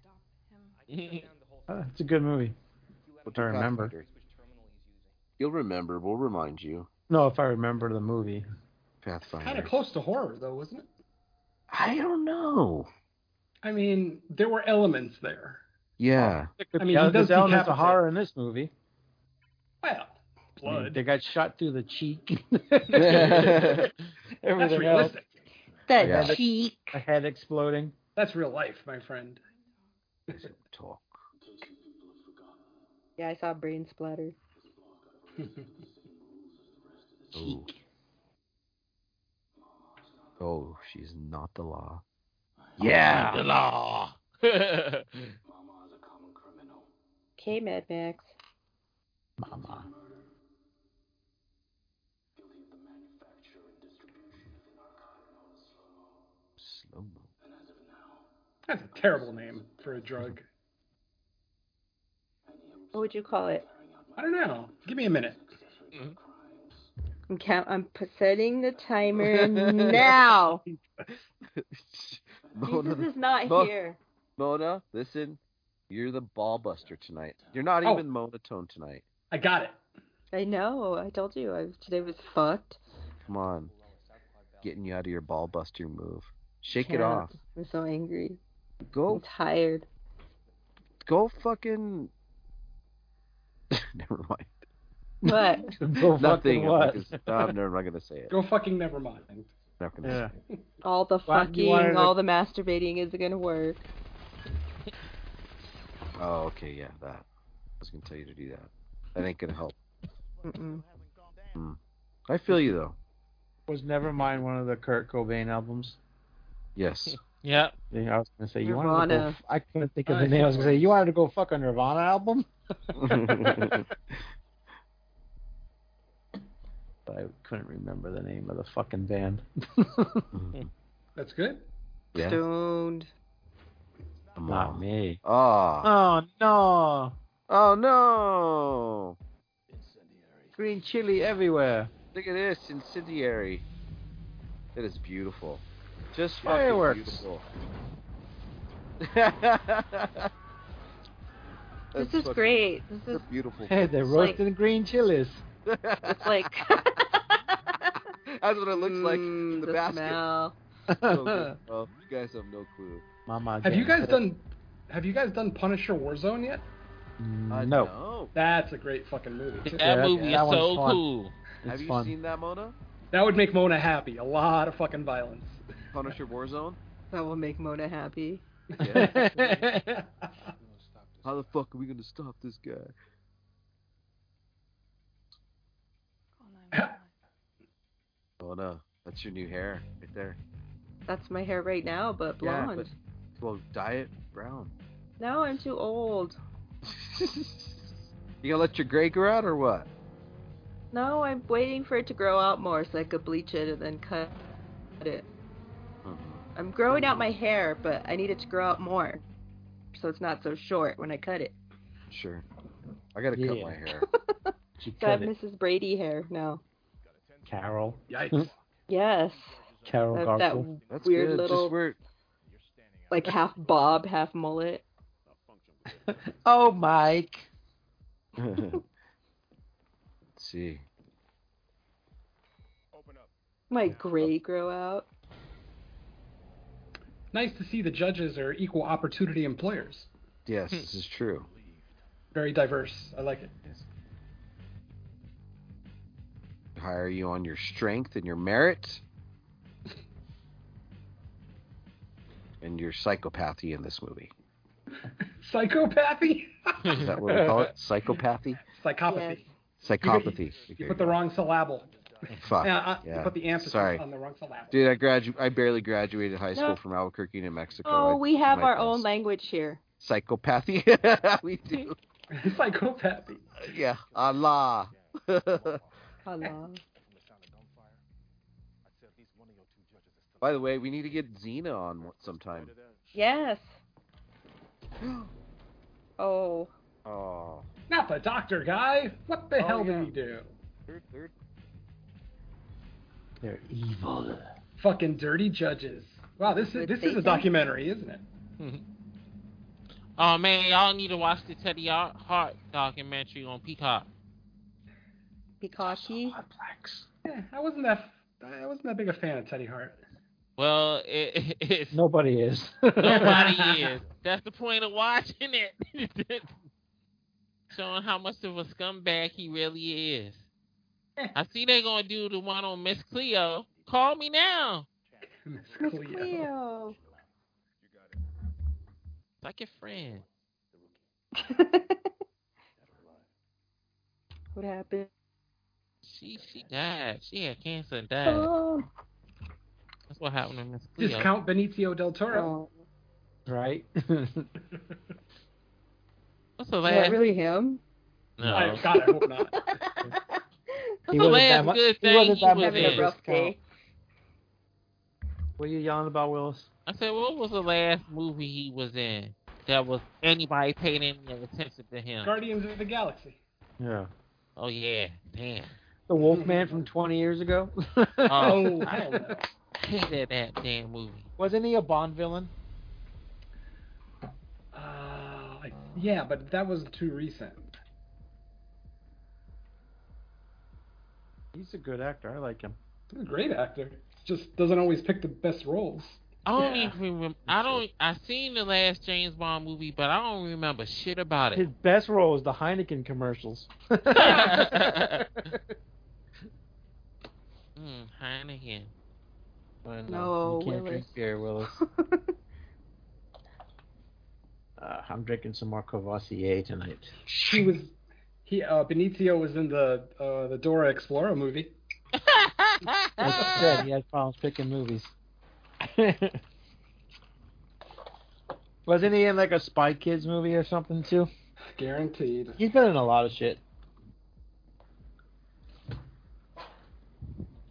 Uh, it's a good movie.
We'll
I
do
remember.
Pathfinder. You'll remember. We'll remind you.
No, if I remember the movie.
Pathfinder.
Kind of close to horror though, wasn't it?
I don't know.
I mean, there were elements there.
Yeah.
I mean, he
Yeah,
does
there's elements
decapitate.
of horror in this movie.
Well,
I mean,
blood.
they got shot through the cheek.
That's
That's
Everything else.
realistic.
That Yeah.
cheek. A head exploding.
That's real life, my friend.
Talk.
Yeah, I saw brain splatter.
Ooh. Oh, she's not the law. Yeah.
The law.
Okay, Mad Max.
Mama.
Slow mo.
That's a terrible name for a drug.
What would you call it?
I don't know. Give me a minute.
I'm count. I'm p- setting the timer now. Jesus
Mona,
is not
Mo-
here.
Mona, listen. You're the ball buster tonight. You're not
Oh.
even monotone tonight.
I got it.
I know. I told you. I, today was fucked.
Come on. Getting you out of your ball buster move. Shake it
Can't.
off. Oh.
I'm so angry. I'm
Go
tired.
go fucking Never mind.
What?
Go fucking
Nothing. I'm, not
what?
gonna, I'm never- I'm not gonna say it.
Go fucking never mind.
Not gonna
yeah.
all the
Why- you wanted
fucking,
to-
all the masturbating isn't gonna work.
say it. Oh, okay, yeah, that. I was gonna tell you to do that. That ain't gonna help.
Mm-mm.
I feel you though.
Was Nevermind one of the Kurt Cobain albums?
Yes.
yep.
Yeah, I was gonna say you wanted to go,
Nirvana.
f- I couldn't think of the name. I was gonna say you wanted to go fuck a Nirvana album but I couldn't remember the name of the fucking band.
That's good.
yeah.
Stoned.
Come
Not
on.
me.
Oh.
Oh no!
Oh no.
Green chili everywhere.
Look at this incendiary. That is beautiful. Just fucking
Fireworks.
beautiful. this
This is great. This is
beautiful.
Hey, they're
It's like-
roasting green chilies.
That's
it's like.
what it looks like.
Mm,
The,
the
basket.
smell.
So good. Oh, you guys have no clue.
Mama.
Have you
Jane.
guys done? Have you guys done Punisher Warzone yet?
I
Mm, No,
know.
That's a great fucking movie. too.
That
Yeah, that-
movie
that
is
one's
so
fun.
cool.
Have
it's
you
fun.
seen that, Mona?
That would make Mona happy. A lot of fucking violence.
Punisher Warzone?
That will make Mona happy.
Yeah.
That's
How the fuck are we gonna stop this guy? Mona, that's your new hair right there.
That's my hair right now, but
Yeah,
blonde.
Well, dye it brown.
Now I'm too old.
you gonna let your gray grow out or what?
No, I'm waiting for it to grow out more so I could bleach it and then cut it.
Mm-hmm.
I'm growing out my hair, but I need it to grow out more. So it's not so short when I cut it.
Sure. I gotta cut
Yeah.
my hair.
She
So I have
cut it.
Mrs. Brady hair now.
Carol.
Yikes.
Yes.
Carol
I have that
Garfield.
That's
Weird
good.
little-
Just wear
like half bob, half mullet.
oh, Mike.
Let's see.
My gray grow out.
Nice to see the judges are equal opportunity employers.
Yes, this is true.
Very diverse. I like it.
Hire you on your strength and your merit and your psychopathy in this movie.
Psychopathy.
Is that what we call it? Psychopathy?
Psychopathy.
Psychopathy.
You put the wrong syllable.
Fuck.
Yeah, uh,
Ah, yeah.
But the emphasis
Sorry.
on the wrong syllable.
Dude, I gradu- I barely graduated high school
No.
from Albuquerque, New Mexico.
Oh,
I-
we have
my
our
best.
own language here.
psychopathy. we do.
Psychopathy.
Yeah. Allah.
Hello.
By the way, we need to get Xena on one- sometime.
Yes. Oh.
Oh.
Not the doctor guy. What the
Oh,
hell
yeah.
did he do?
They're evil.
Fucking dirty judges. Wow, this is
With
this is a
Satan?
documentary, isn't it?
Oh man, y'all need to watch the Teddy Hart documentary on Peacock.
Peacocky.
Yeah, I wasn't that I wasn't that big a fan of Teddy Hart.
Well, it, it's
Nobody is.
nobody is. That's the point of watching it, showing how much of a scumbag he really is. I see they're gonna do the one on Miss Cleo. Call me now.
Miss
Miss
Cleo.
Cleo.
It's like your friend.
what happened?
She she died. She had cancer and died.
Oh.
That's what happened to Miss Cleo.
Discount Benicio del Toro.
Oh.
right?
What's the
Is
last?
that really him?
No.
I, God, I hope not.
What's the
wasn't
last
that mu-
good
he
thing
wasn't
he
that
was
much of
Having
a
in?
a rough day.
what are you yelling about, Willis?
I said, what was the last movie he was in that was anybody paying any attention to him?
Guardians of the Galaxy.
Yeah.
Oh yeah, damn.
The Wolfman from 20 years ago?
Oh, I hated that damn movie.
Wasn't he a Bond villain?
Uh, I- yeah, but that was too recent.
He's a good actor. I like him.
He's a great actor. Just doesn't always pick the best roles.
I don't
Yeah.
even remember. I don't. I seen the last James Bond movie, but I don't remember shit about
His
it.
best role was the Heineken commercials.
Mm, Heineken.
No,
I know. you can't
Willis.
drink beer, Willis. Uh, I'm drinking some more Courvoisier tonight.
He was, he uh, Benicio was in the uh, the Dora Explorer movie.
Like I said, he has problems picking movies. Wasn't he in like a Spy Kids movie or something too?
Guaranteed.
He's been in a lot of shit.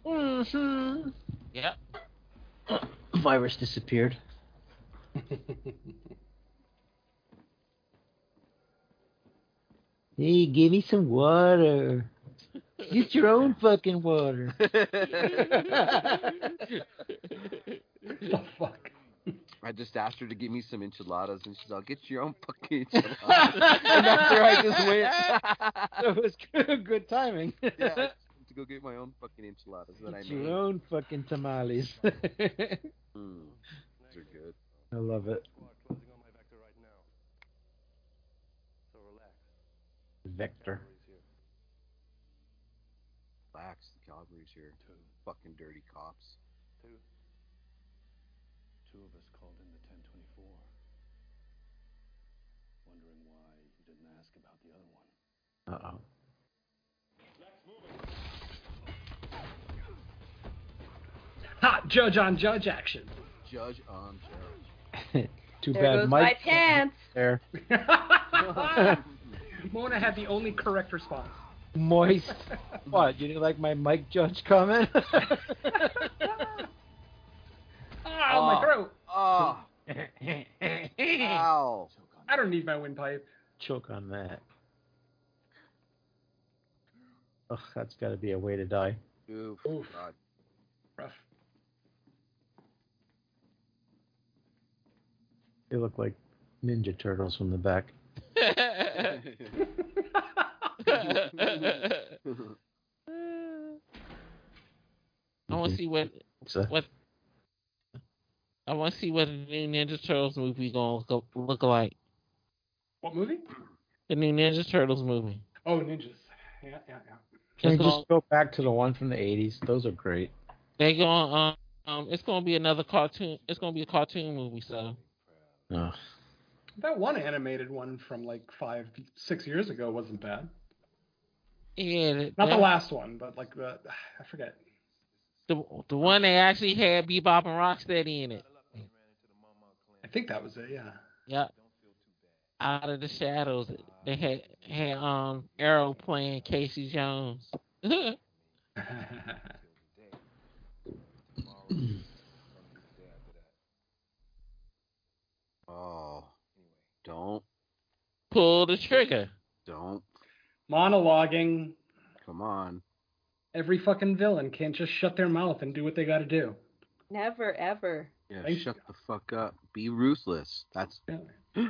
hmm
Yep.
Virus disappeared. Hey, give me some water. Get your own fucking water.
the fuck?
I just asked her to give me some enchiladas, and she's all, get your own fucking enchiladas. and that's where I just went.
That was good, good timing.
yeah, I just went to go get my own fucking enchiladas that I
Get
made.
your own fucking tamales. I
Mm, those are good.
love it. Vector.
Relax, the Calgary's here. Fucking dirty cops.
Two of us called in the 1024, wondering why you didn't ask about the other one.
Uh oh.
Hot judge on judge action.
Judge um, on judge.
Too
there
bad
goes my
Mike
pants.
there.
Mona had the only correct response.
Moist. what? You didn't like my Mike Judge comment?
Ah, my
Ah.
throat.
Oh, ow.
I don't need my windpipe.
Choke on that. Ugh, that's got to be a way to die.
Oof.
Oof.
God.
Rough.
They look like Ninja Turtles from the back.
I want to see what
It's a-
what I want to see what the new Ninja Turtles movie gonna go, look like.
What movie?
The new Ninja Turtles movie.
Oh, ninjas. Yeah, yeah, yeah.
Can we
It's
just go back to the one from the 80s? Those are great.
They going um, um it's gonna be another cartoon. It's gonna be a cartoon movie. So
Ugh.
That one animated one from like five, six years ago wasn't bad.
Yeah, that-
Not the
that-
last one, but like the I forget.
The, the one they actually had Bebop and Rocksteady in it.
I think that was it. Yeah.
Yep. Out of the shadows, they had had um Arrow playing Casey Jones.
Oh, don't,
Pull the trigger.
don't.
Monologuing.
Come on.
Every fucking villain can't just shut their mouth and do what they got to do.
Never ever.
Yeah,
Thank-
shut the fuck up. Be ruthless. That's
Yeah.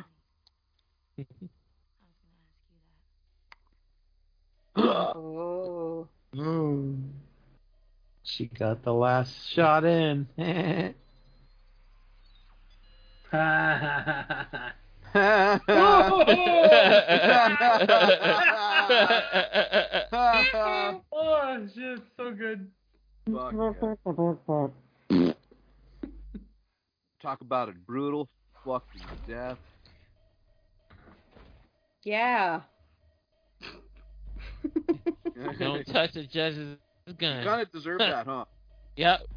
Uh.
Oh.
Mm. She got the last shot in.
Fuck.
oh shit, so good.
yeah. Talk about a brutal fucking death.
Yeah.
Don't touch the judge's gun.
kind of deserve that, huh?
Yep.
A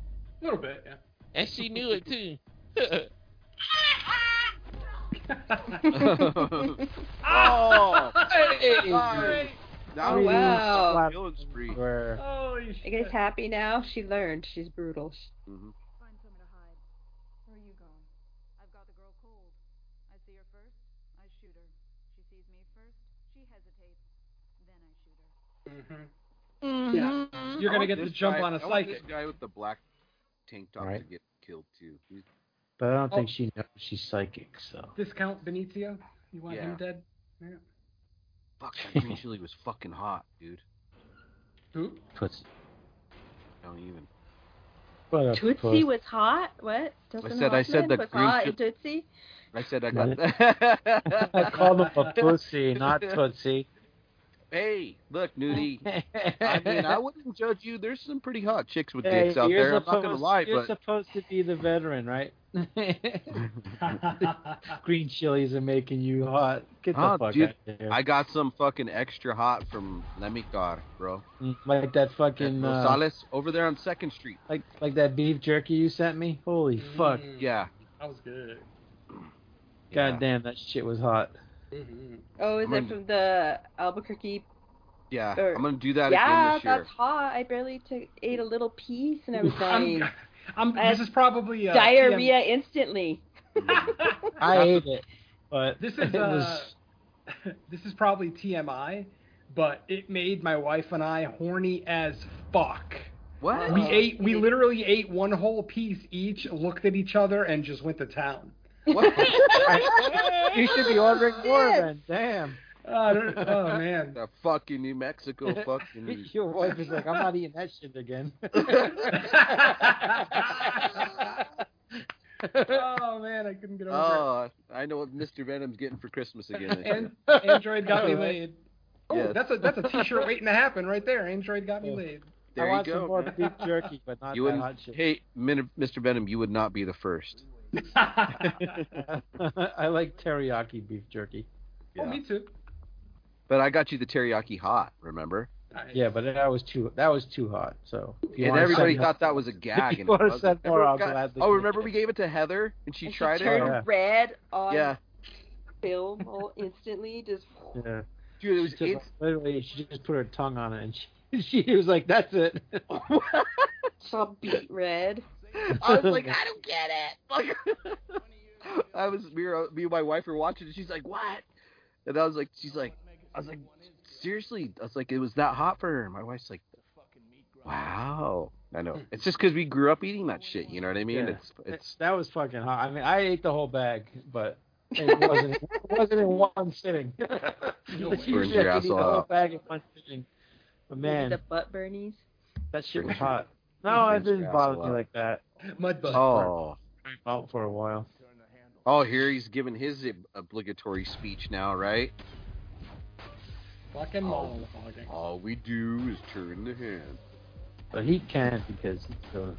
little bit. Yeah.
And she knew it too.
oh,
Sorry.
now
Oh,
we
wow.
wow. killing spree.
Where
Holy
I
shit.
guess happy now. She learned. She's brutal. She-
Mhm.
Find somewhere to hide. Where are you going? I've got the girl cold. I see her first, I shoot her. She sees me first, she hesitates, then I shoot her.
Mhm.
Mhm.
You're
Mm-hmm. I
gonna
want
get to
this
jump
guy-
on a
I want this
psychic.
guy with the black tank top to
Right.
get killed too. He's-
But I don't
Oh.
think she knows she's psychic, so.
Discount Benicio. You want
Yeah.
him dead?
Fuck, that green chili was fucking hot, dude.
Who?
Tootsie.
Don't even.
What a
Tootsie
puss.
was hot. What? Dustin
said- I said
Hoffman
the
was
green
hot
chip-
in Tootsie.
I said I
Let
got that.
I called him a pussy, not Tootsie.
Hey, look, nudie. I mean, I wouldn't judge you. There's some pretty hot chicks with dicks out
you're
there. I'm not
supposed-
gonna lie, but
You're supposed to be the veteran, right? Green chilies are making you hot. Get the
Huh,
fuck
dude,
out of here.
I got some fucking extra hot from Lemicar, bro.
Mm, like that fucking. Uh,
Rosales over there on Second Street.
like like that beef jerky you sent me? Holy fuck.
Mm,
Yeah.
That was good.
yeah.
God damn, that shit was hot.
Mm-hmm.
Mhm.
Oh, is
I'm
it
gonna-
from the Albuquerque?
Yeah,
Or-
I'm gonna do that
yeah,
again this year.
that's hot. I barely took, ate a little piece and I was dying.
I'm, I'm,
I
this is probably uh,
Diarrhea instantly.
TM
I ate it, but
This is, uh,
it was
this is probably TMI, but it made my wife and I horny as fuck.
What?
Uh-huh.
We ate. We literally ate one whole piece each, looked at each other, and just went to town.
what?
you should be ordering more then. Damn.
Oh, I don't- oh man.
the fucking New Mexico fucking.
Your wife is like, I'm not eating that shit again.
Oh man, I couldn't get over
oh, I know what Mr. Venom's getting for Christmas again this
it.
year.
And, Android got me
Alright.
laid. Oh,
Yes.
that's a that's a T-shirt waiting to happen right there. Android got me laid.
I
There you
want some more
go. man.
beef jerky, but not
You
that
wouldn't.
hot shit.
Hey, Min- Mr. Venom, you would not be the first.
I like teriyaki beef jerky.
Oh, me too.
But I got you the teriyaki hot. Remember?
Nice.
Yeah, but that was too that was too hot. So if you
and
wanna
everybody
send-
thought that was a gag.
you
and it
wanna
wasn't.
send more,
Everyone
I'll
got-
gladly
Oh,
do
remember
it.
we gave it to Heather and she
And
tried
she
it.
turned
Yeah.
red on
Yeah,
film all instantly. Just
yeah.
dude, it was.
She just,
it's-
literally, she just put her tongue on it, and she, she was like, "That's it."
saw beat red.
I was like, "Ah." I don't get it. Like, I was, we were, me and my wife were watching, and she's like, what? And I was like, she's like, I was like, seriously? I was like, it was that hot for her. And my wife's like, wow. I know. It's just because we grew up eating that shit. You know what I mean?
Yeah.
It's, it's.
that was fucking hot. I mean, I ate the whole bag, but it wasn't it wasn't in one sitting.
burns
Usually
your
I could
ass
eat the
all
whole
out.
bag in one sitting. But
the
Oh, man,
butt burnies.
that shit was
Burns your-
hot. No, it
burns your
didn't
ass
bother
all
me
out.
like that.
Mud butt.
Oh,
Out for a while.
oh, here he's giving his ob- obligatory speech now, right?
Fucking
Oh.
monologuing.
All we do is turn the hand.
But he can because he's the,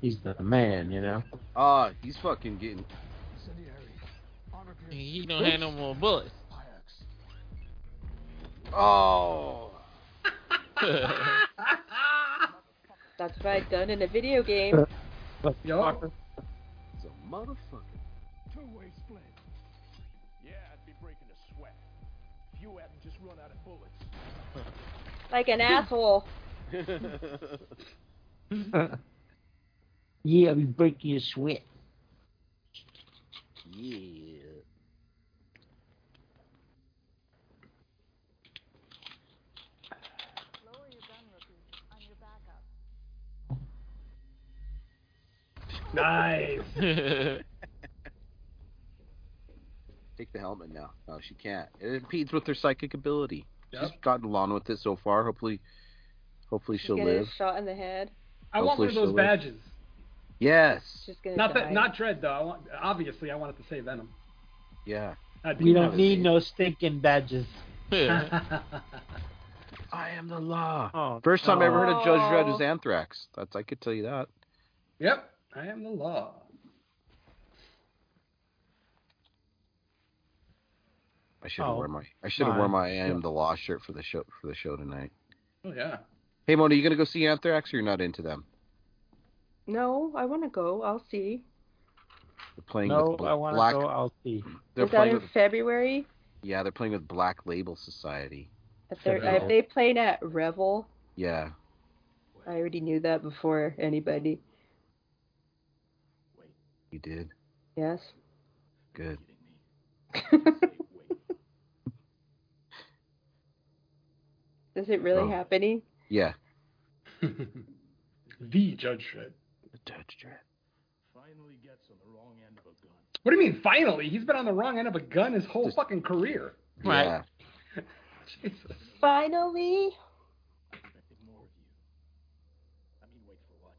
he's the man, you know.
Ah, he's fucking getting.
he don't have no more bullets.
Oh,
That's what I've done in a video game.
Yo.
It's a motherfucker.
Two-way split. Yeah, I'd be breaking a sweat. If you hadn't just run out of bullets.
Like an asshole.
yeah, we break your sweat.
Yeah.
Lower your gun, rookie. I'm your backup.
Nice.
Take the helmet now. No, she can't. It impedes with her psychic ability. She's
Yep.
gotten along with it so far. Hopefully, hopefully she'll
Get
live.
a shot in the head.
I want one of
Hopefully
those
she'll live.
badges.
Yes.
She's gonna
Not
die.
that, not dread though. I want, obviously, I wanted to say Venom.
Yeah.
That'd be
We
nice.
don't need no stinking badges.
I am the law.
Oh,
First time I ever heard of Judge Dredd was
Oh.
Anthrax. That's I could tell you that.
yep, I am the law.
I should have
Oh,
worn my I should have
my.
worn my I am the law shirt for the show for the show tonight.
Oh yeah.
Hey Mona, you gonna go see Anthrax or you're not into them?
No, I want to go. I'll see.
They're playing
No,
with bl-
I want
black.
to go. I'll see.
They're
Is that
playing
in
with
February?
yeah, they're playing with Black Label Society.
If they're,
February.
if they played at Revel,
Yeah.
I already knew that before anybody.
You did.
Yes.
Good.
Is it really
Oh.
happening?
Yeah.
the Judge Dredd.
Judge Dredd.
Finally gets on the wrong end of a gun.
What do you mean? Finally, he's been on the wrong end of a gun his whole fucking career.
Right.
Yeah.
Jesus.
Finally.
Expected more of you. I mean, wait for what?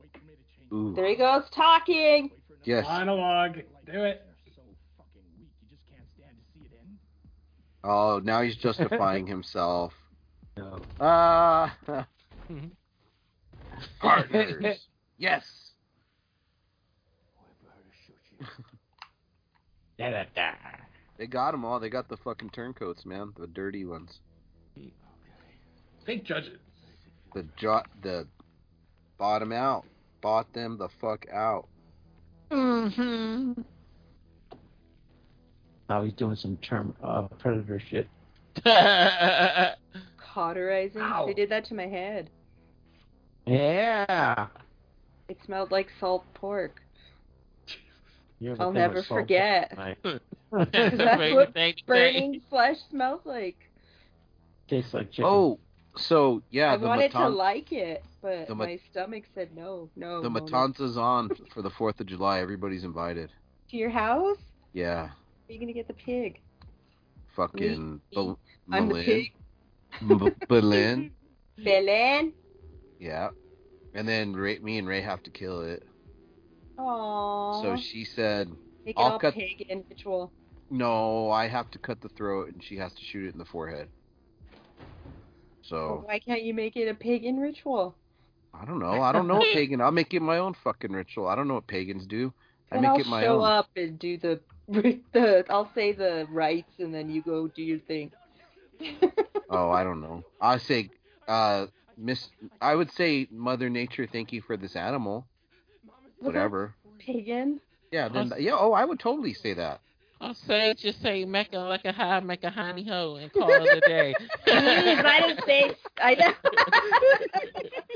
Wait for me to change.
Ooh.
There he goes talking.
Wait for another
Yes.
Monologue. Do it.
They're so fucking weak. You just can't stand to see it end.
Oh, now he's justifying himself.
No.
Ah. partners. yes.
Whoever heard of shoot you.
They got them all. They got the fucking turncoats, man. The dirty ones.
They judge it.
The jot. The bought 'em out. Bought them the fuck out.
Mm-hmm.
Now he's doing some term uh, predator shit.
Cauterizing.
Ow.
They did that to my head.
Yeah.
It smelled like salt pork.
You have a
I'll
thing with
never
salt.
forget.
Right.
That's
Make
what
it think that-
Burning flesh smells like.
Tastes like chicken.
Oh, so yeah,
I
the
wanted to
Matan-
like it, but
the ma-
my stomach said no, no.
the
no, no.
Matanza's on for the Fourth of July. Everybody's invited.
To your house?
Yeah.
Are you gonna get the pig?
Fucking. Bel-
I'm the
Malin.
pig.
B- Berlin.
Belen.
Yeah. And then Ray, me and Ray have to kill it.
Aww.
So she said,
Make it
I'll
all
cut-
pig and ritual.
"No, I have to cut the throat, and she has to shoot it in the forehead." So
Why can't you make it a pig in ritual?
I don't know. I don't know what pagan. I'll make it my own fucking ritual. I don't know what pagans do. I
And
make
I'll
it my
show
own.
up and do the the I'll say the rites and then you go do your thing.
Oh, I don't know. I say, uh, Miss. I would say, Mother Nature, thank you for this animal. Whatever.
Pagan.
Yeah. Then yeah. Oh, I would totally say that.
I'll say just say mecca like a high, make a honey ho and call it a day.
Jeez, I didn't say I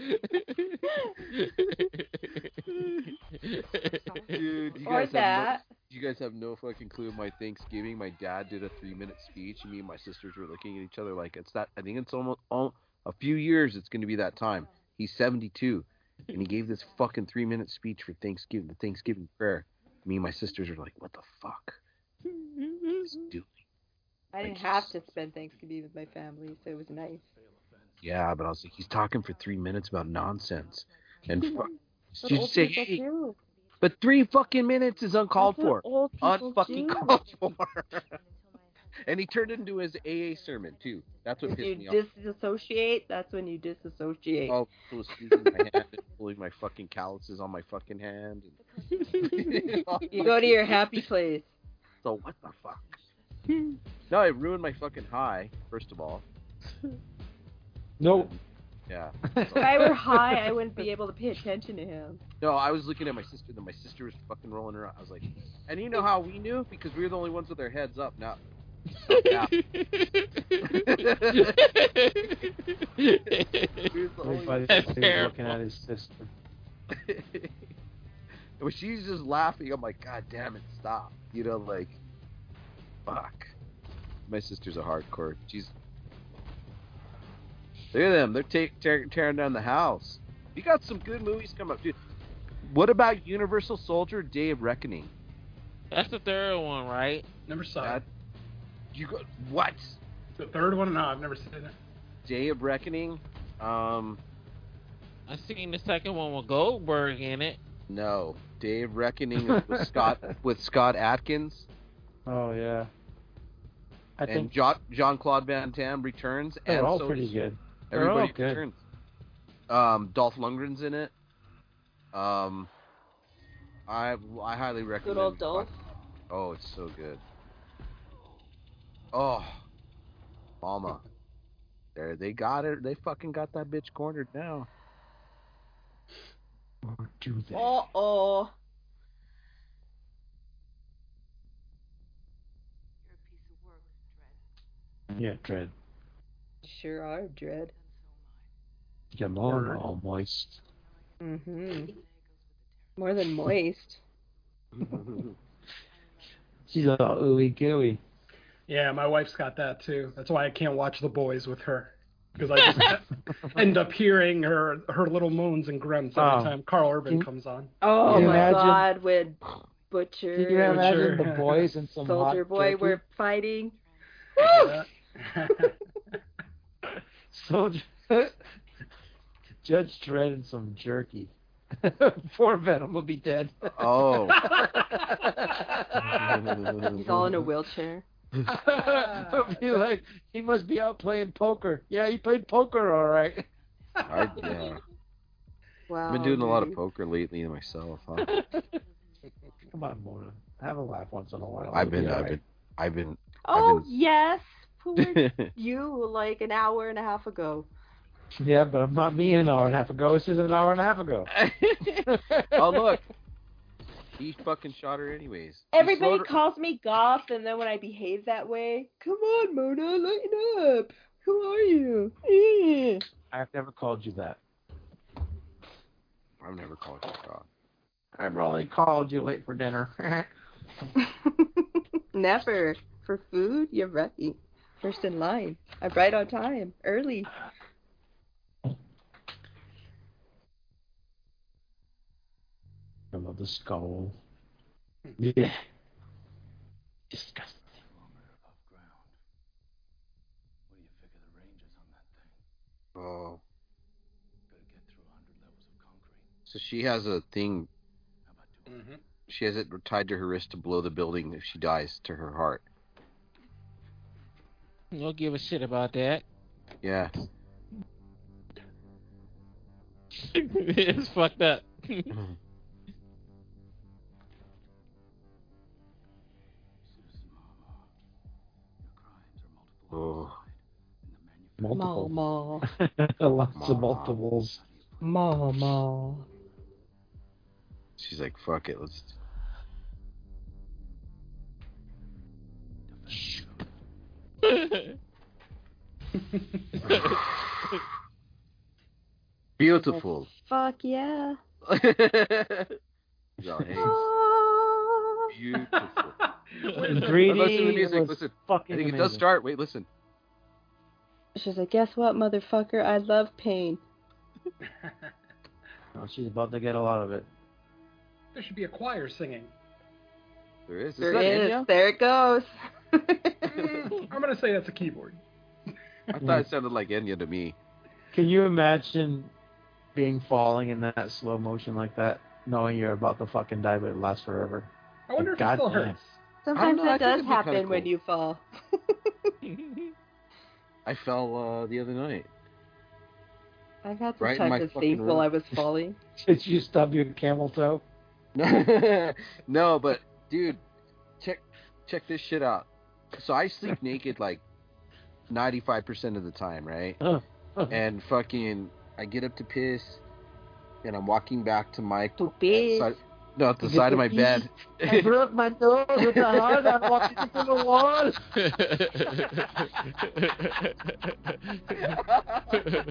Dude, you
or
guys have
that.
no, you guys have no fucking clue. My Thanksgiving, my dad did a three-minute speech, and me and my sisters were looking at each other like it's that. I think it's almost all, a few years. It's going to be that time. He's 72, and he gave this fucking three-minute speech for Thanksgiving, the Thanksgiving prayer. Me and my sisters are like, what the fuck? is he doing?
I didn't have to spend Thanksgiving with my family, so it was nice.
Yeah, but I was like, he's talking for three minutes about nonsense, and fuck.
But
You
old
say,
people
"Hey,
do.
but three fucking minutes is uncalled
That's
for.
what Old people
unfucking
do.
called for. and he turned it into his AA sermon too. That's what
If
pissed me
you
off.
disassociate, that's when you disassociate.
Oh, I was squeezing my hand, and pulling my fucking calluses on my fucking hand. And...
You go to your happy place.
So what the fuck? no, it ruined my fucking high. First of all,
Nope.
Yeah.
If I were high, I wouldn't be able to pay attention to him.
No, I was looking at my sister. Then my sister was fucking rolling around. I was like, and you know how we knew because we were the only ones with our heads up. Now, yeah. we was the only
Everybody
ones.
was looking at his sister.
When she's just laughing, I'm like, God damn it, stop. You know, like, fuck. My sister's a hardcore. She's. Look at them. They're ta- tear- tearing down the house. You got some good movies coming up, dude. What about Universal Soldier Day of Reckoning?
That's the third one, right?
Never saw it.
You go, what?
The third one? No, I've never seen it.
Day of Reckoning? Um,
I seen the second one with Goldberg in it.
no. Day of Reckoning is with Scott with Scott Atkins.
Oh yeah. I
and
think
John Jean Claude Van Damme returns.
they're
and
all
so
pretty
does-
good. They're all
Everybody
good.
returns. Um, Dolph Lundgren's in it. Um, I I highly recommend.
Good old Dolph.
Oh, it's so good. Oh, Mama. There, they got her. They fucking got that bitch cornered now.
Do that.
Uh oh.
Yeah, dread.
Sure are, Dread.
Your mom all moist.
hmm More than moist.
She's all ooey gooey.
Yeah, my wife's got that too. That's why I can't watch The Boys with her because I just end up hearing her her little moans and grunts every
Oh.
time Carl Urban
Can-
comes on.
Oh
Can you
my
imagine-
god, when Butcher
Can you imagine
Sure.
the boys and some
and
hot
Soldier Boy
jerky?
were fighting?
Yeah.
Soldier Judge Dredd and some jerky. Poor Venom will be dead.
Oh.
He's all in a wheelchair.
I'll be like, he must be out playing poker. Yeah, he played poker all right.
I, yeah.
Wow.
I've been doing a lot of
dude.
poker lately myself. Huh?
Come on, Mona. Have a laugh once in a while.
I've been,
You'll be all
I've been, I've been.
Oh
I've been-
yes, poor you like an hour and a half ago.
right. Yeah, but I'm not me an hour and a half ago. This is an hour and a half ago.
oh look, he fucking shot her anyways. He
Everybody
slowed her-
calls me Goff, and then when I behave that way, come on, Mona, lighten up. Who are you? Eh."
I've never called you that.
I've never called you God.
I've only called you late for dinner.
Never. For food, you're right. First in line. I'm right on time. Early.
I love the skull. Yeah. Disgusting.
Oh. So she has a thing. Mm-hmm.
Mhm.
She has it tied to her wrist to blow the building if she dies to her heart.
Don't give a shit about that.
Yeah.
it's fucked up.
Oh.
Multiple.
Mama.
Lots of multiples.
Mama.
She's like, fuck it, let's. Beautiful.
Fuck yeah.
No, hey,
Ah.
beautiful.
In
But listen to
3D,
the
it
music.
was
Listen. I
fucking
think it
amazing.
does start. Wait, listen.
She's like, guess what, motherfucker? I love pain.
Oh, she's about to get a lot of it.
There should be a choir singing.
There is. Is
There
that
it is.
India?
There it goes.
Mm, I'm gonna say that's a keyboard.
I thought
Mm.
it sounded like Enya to me.
Can you imagine being falling in that slow motion like that, knowing you're about to fucking die, but it lasts forever?
I wonder if it
God
still
damn.
hurts.
Sometimes
know, I
that
think
does
it'd be kinda
happen when
cool.
you fall.
I fell uh, the other night.
I've had
Right
some
in
type
my
of
fucking
thing while
room.
I was falling.
Did you stub your camel toe?
no, but dude, check check this shit out. So I sleep naked like ninety five percent of the time, right?
Oh,
and fucking, I get up to piss, and I'm walking back to my
To piss.
Side, no, at the
You
side of
get
my
to
bed.
I broke my nose with a hard I walked into the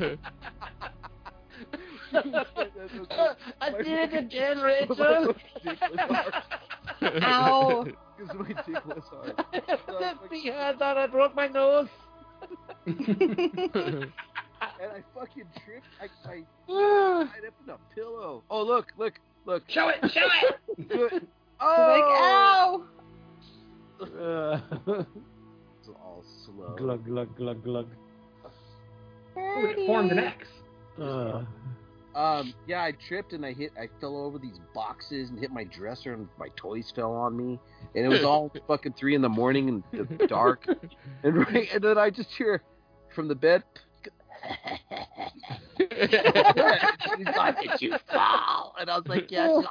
wall. I did it again, Rachel. Ow.
Because my dick was hard.
That behind that I broke my nose.
and I fucking tripped. I, I tied up in a pillow. Oh look, look, look! Oh!
Show it, show
it. Do it.
ow!
Uh,
It's all slow.
glug glug glug glug.
Ooh, it formed an X.
Uh,
Um, yeah, I tripped and I hit. I fell over these boxes and hit my dresser and my toys fell on me. And it was all fucking three in the morning and the dark. And right, and then I just hear from the bed. He's like, did you fall? And I was like, yes.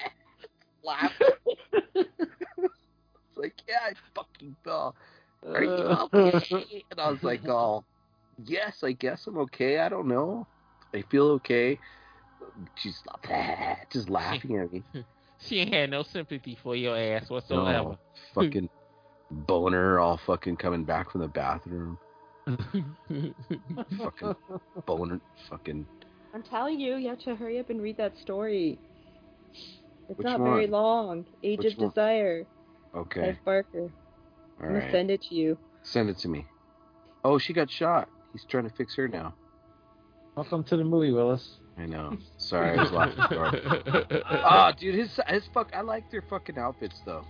Laugh. It's like, yeah, I fucking fell. Are you okay? And I was like, oh, yes, I guess I'm okay. I don't know. I feel okay. She's just laughing at me.
She ain't had no sympathy for your ass whatsoever.
No, Oh, fucking boner all fucking coming back from the bathroom. fucking boner. Fucking.
I'm telling you, you have to hurry up and read that story. It's
Which
not very
one?
long. Age
Which
of
one?
Desire.
Okay.
Clive Barker.
All
I'm
right.
gonna send it to you.
Send it to me. Oh, she got shot. He's trying to fix her now.
welcome to the movie, Willis.
I know. Sorry, I was laughing hard. Ah, dude, his his fuck. I like their fucking outfits though.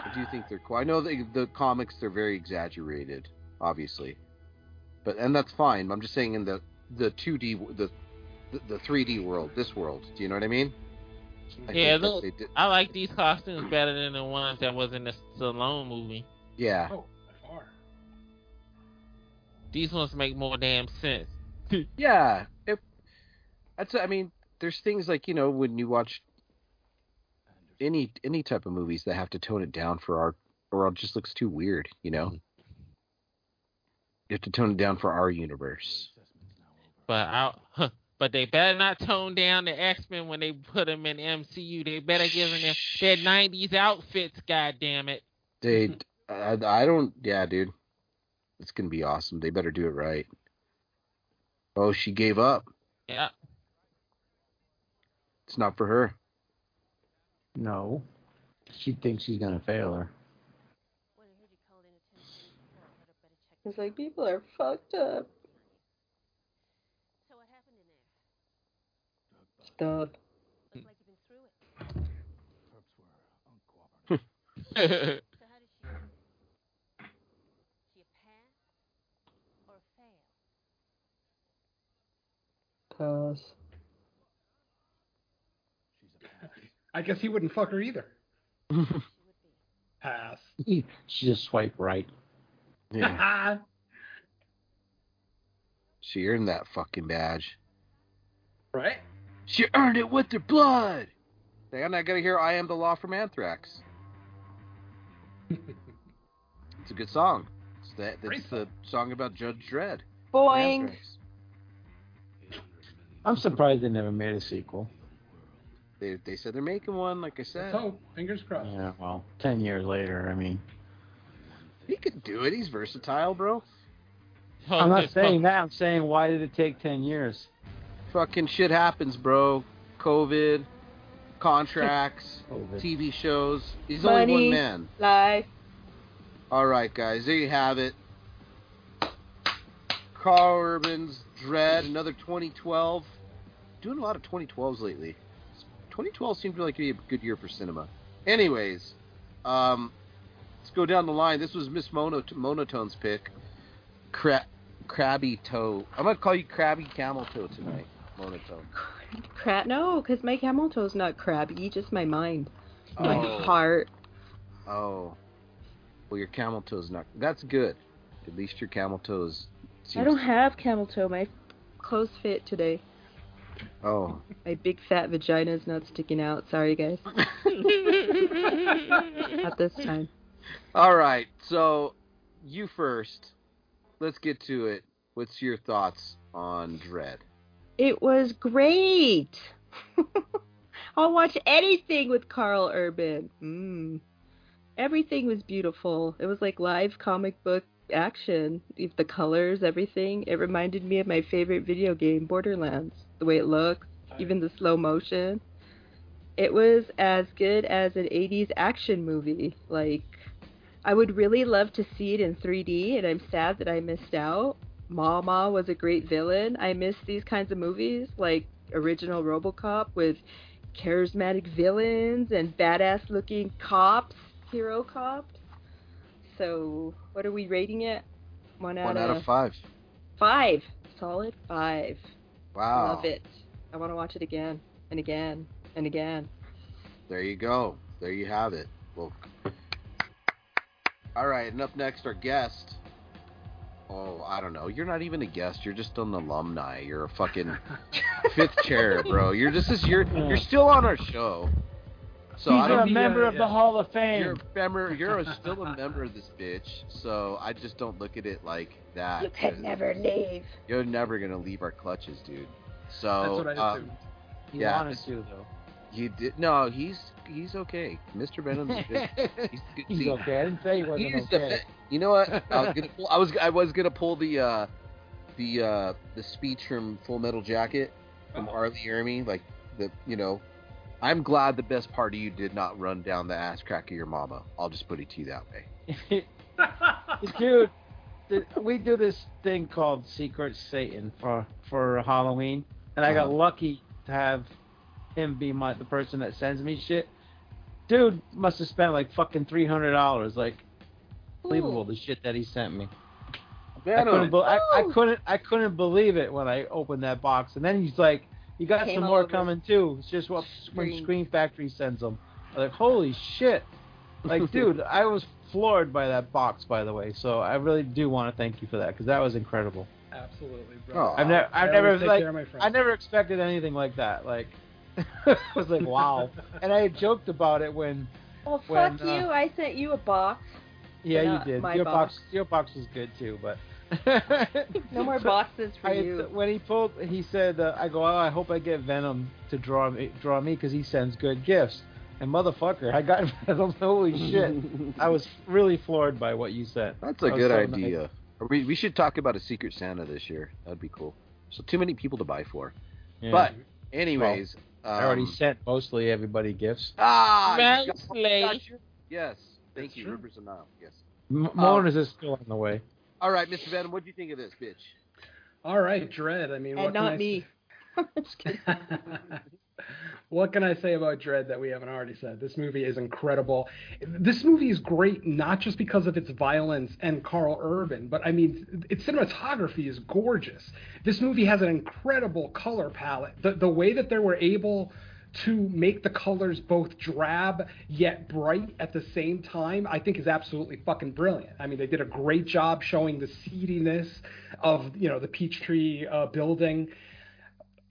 I do think they're cool. I know the the comics they're very exaggerated, obviously, but and that's fine. I'm just saying in the the 2D w- the the- the 3D world, this world. Do you know what I mean? I
yeah,
think that
look,
they did-
I like these costumes better than the ones that was in the Stallone movie.
yeah.
Oh, by far.
These ones make more damn sense.
Yeah, if that's I mean, there's things like you know when you watch any any type of movies that have to tone it down for our or it just looks too weird, you know. You have to tone it down for our universe.
But I, but they better not tone down the X Men when they put them in MCU. They better give them their, their '90s outfits. God damn it!
They, I, I don't. Yeah, dude, it's gonna be awesome. They better do it right. Oh, she gave up.
Yeah,
It's not for her.
No, she thinks she's gonna fail her.
It's like people are fucked up. Stop. Pass.
I guess he wouldn't fuck her either. Pass.
she just swiped right.
Yeah, she earned that fucking badge.
right?
She earned it with her blood. They are not gonna hear "I Am the Law" from Anthrax. it's a good song. It's that. It's the song about Judge Dredd.
Boing.
I'm surprised they never made a sequel.
They they said they're making one. Like I said,
So, fingers crossed.
Yeah, well, ten years later, I mean,
he could do it. He's versatile, bro.
I'm not saying that. I'm saying why did it take ten years?
Fucking shit happens, bro. COVID, contracts,
COVID.
TV shows. He's
Money.
only one man.
Life.
All right, guys, there you have it. Carl Urban's Dread, another 2012. Doing a lot of 2012s lately. 2012 seemed like it'd be a good year for cinema. Anyways, um, let's go down the line. This was Miss Mono- Monotone's pick. Cra- Crabby Toe. I'm going to call you Crabby Camel Toe tonight, Monotone.
Crap. No, because my camel toe's not crabby, just my mind. My
Oh.
heart.
Oh. Well, your camel toe's not. That's good. At least your camel toes.
I don't have camel toe. My clothes fit today.
Oh.
My big fat vagina's not sticking out. Sorry, guys. not this time.
All right, so you first. Let's get to it. what's your thoughts on Dread?
It was great. I'll watch anything with Carl Urban. Mm. Everything was beautiful. It was like live comic book action. If The colors, everything. It reminded me of my favorite video game, Borderlands. The way it looks, even the slow motion. It was as good as an 80s action movie. Like, I would really love to see it in 3D, and I'm sad that I missed out. Mama was a great villain. I miss these kinds of movies, like original RoboCop with charismatic villains and badass looking cops, hero cops. So, what are we rating it? One out,
One out of five.
five. Solid five.
Wow.
Love it. I want to watch it again and again and again.
There you go. There you have it. Well, all right. And up next, our guest. Oh, I don't know. You're not even a guest. You're just an alumni. You're a fucking fifth chair, bro. You're just this. You're you're still on our show. So I
He's
don't
a member of the Hall of Fame.
You're a member. You're a, still a member of this bitch. So I just don't look at it like that.
You could never leave.
You're never gonna leave our clutches, dude. So
That's what I
Oh,
um,
assumed. He
yeah,
wanted to though.
you did no. He's he's okay. Mr. Venom. is good. He's, good.
He's
See,
okay. I didn't say he wasn't
he's the
okay.
be- you know what? I was gonna pull, I was I was gonna pull the uh, the uh, the speech from Full Metal Jacket from
Uh-huh.
Arlie Ermy, like the you know, I'm glad the best part of you did not run down the ass crack of your mama. I'll just put it to you that way.
um,
dude th- we do this thing called secret satan for for halloween and i got
Uh-huh.
lucky to have him be my the person that sends me shit dude must have spent like fucking three hundred dollars like unbelievable the shit that he sent me I couldn't, be- I, I couldn't I couldn't believe it when I opened that box and then he's like you got
Came
some
all
more
over
coming too it's just what when
screen.
Screen Factory sends them I'm like holy shit like dude i was floored by that box by the way so i really do want to thank you for that because that was incredible
Absolutely, bro.
Oh,
i've never i've
I
never
always take
like
care of my friends.
i never expected anything like that like i was like wow and i had joked about it when
Well,
When,
fuck
uh,
you. I sent you a box.
yeah
Not
you did
my
your
box.
your box was good too but
No more
So-
boxes for
I,
you.
When he pulled, he said, uh, "I go. Oh, I hope I get Venom to draw me, draw me, because he sends good gifts." And motherfucker, I got Venom. Holy shit! I was really floored by what you said.
That's a
That was
good
so nice.
idea. Or We, we should talk about a Secret Santa this year. That'd be cool. So too many people to buy for.
Yeah.
But anyways,
I already
um,
sent mostly everybody gifts.
ah, you got-
Mostly.
got you. yes, thank you, Rivers and Nile. Yes.
M- Mourners is still on the way.
All right, Mr. Venom, what do you think of this bitch?
All right, Dread. I mean,
And
what
not
can I
me. Just kidding.
What can I say about Dread that we haven't already said? This movie is incredible. This movie is great not just because of its violence and Carl Urban, but I mean, its cinematography is gorgeous. This movie has an incredible color palette. The, the way that they were able to make the colors both drab yet bright at the same time, I think is absolutely fucking brilliant. I mean, they did a great job showing the seediness of, you know, the Peachtree uh, building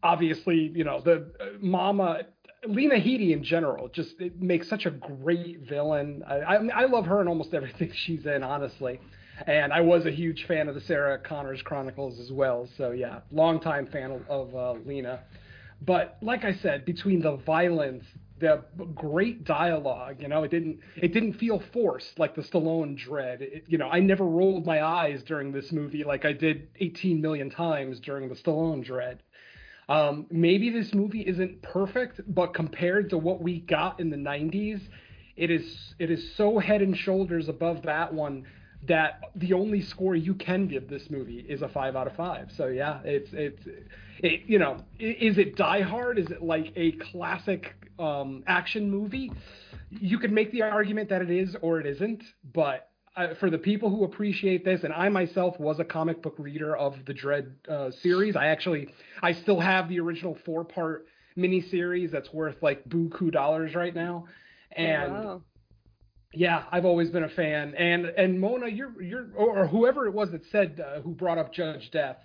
obviously, you know, the uh, Mama Lena Headey in general just it makes such a great villain. I, I, mean, I love her in almost everything she's in, honestly. And I was a huge fan of the Sarah Connors Chronicles as well. So yeah, longtime fan of, of uh, Lena. But like I said, between the violence, the b- great dialogue, you know, it didn't it didn't feel forced like the Stallone dread. It, you know, I never rolled my eyes during this movie like I did 18 million times during the Stallone dread. Um, maybe this movie isn't perfect, but compared to what we got in the '90s, it is it is so head and shoulders above that one that the only score you can give this movie is a five out of five. So yeah, it's it's it, you know i- is it Die Hard? Is it like a classic um, action movie? You could make the argument that it is or it isn't, but uh, for the people who appreciate this, and I myself was a comic book reader of the Dread uh, series. I actually, I still have the original four-part miniseries that's worth like buku dollars right now, and
Wow.
yeah, I've always been a fan. And and Mona, you're you're or, or whoever it was that said uh, who brought up Judge Death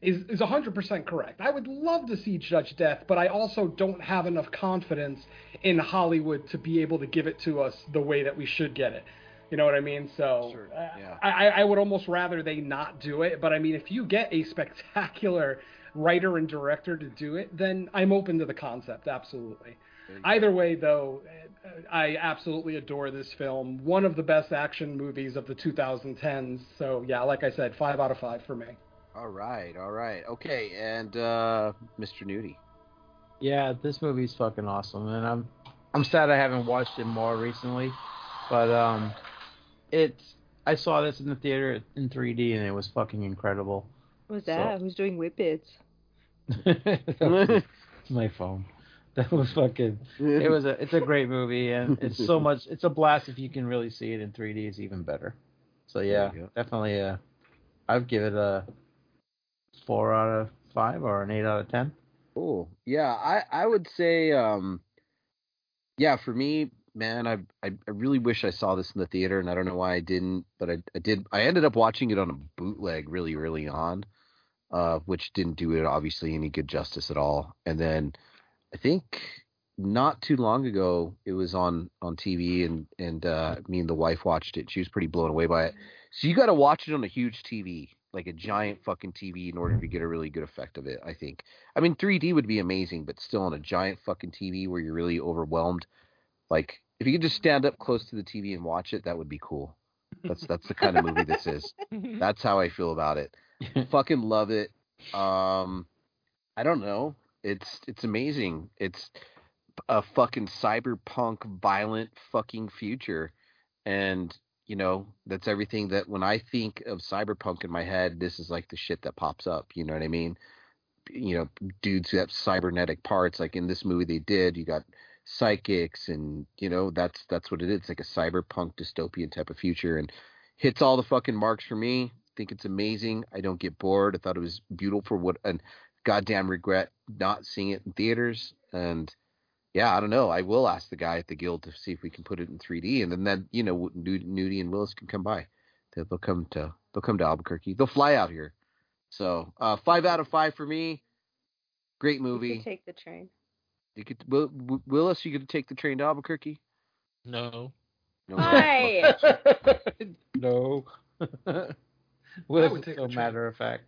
is is 100% correct. I would love to see Judge Death, but I also don't have enough confidence in Hollywood to be able to give it to us the way that we should get it. You know what I mean? So I- I, I would almost rather they not do it. But I mean, if you get a spectacular writer and director to do it, then I'm open to the concept. Absolutely. Either way, though, I absolutely adore this film. One of the best action movies of the 2010s. So yeah, like I said, five out of five for me.
All right, all right, okay, and uh, Mr. Nudie.
Yeah, this movie's fucking awesome, and I'm I'm sad I haven't watched it more recently, but um, it's I saw this in the theater in 3D and it was fucking incredible.
Who's that? Who's doing whippets?
It's my phone. That was fucking. It was a. It's a great movie and it's so much. It's a blast if you can really see it in 3D. It's even better. So yeah,
There you go.
definitely. Uh, I'd give it a four out of five or an eight out of ten.
Cool. Yeah, I I would say um yeah, for me, man, I I, I really wish I saw this in the theater and I don't know why I didn't, but I, I did I ended up watching it on a bootleg really early on, uh which didn't do it obviously any good justice at all. And then I think not too long ago it was on on TV and and uh me and the wife watched it. She was pretty blown away by it. So you got to watch it on a huge TV, like a giant fucking TV in order to get a really good effect of it, I think. I mean, 3D would be amazing, but still on a giant fucking TV where you're really overwhelmed. Like, if you could just stand up close to the TV and watch it, that would be cool. That's that's the kind of movie this is. That's how I feel about it. fucking love it. Um I don't know. It's it's amazing. It's a fucking cyberpunk violent fucking future and you know that's everything that when i think of cyberpunk in my head this is like the shit that pops up you know what i mean you know dudes who have cybernetic parts like in this movie they did you got psychics and you know that's that's what it is it's like a cyberpunk dystopian type of future and hits all the fucking marks for me think it's amazing i don't get bored i thought it was beautiful what and goddamn regret not seeing it in theaters and yeah, I don't know. I will ask the guy at the guild to see if we can put it in 3D, and then then you know Nu- Nudie and Willis can come by. They'll they'll come to they'll come to Albuquerque. They'll fly out here. So uh, five out of five for me. Great
You
movie.
could take the train.
You could, Will, Will- Willis, you going to take the train to Albuquerque?
No.
No.
Hi.
no.
would
Willis
take
is so matter of fact.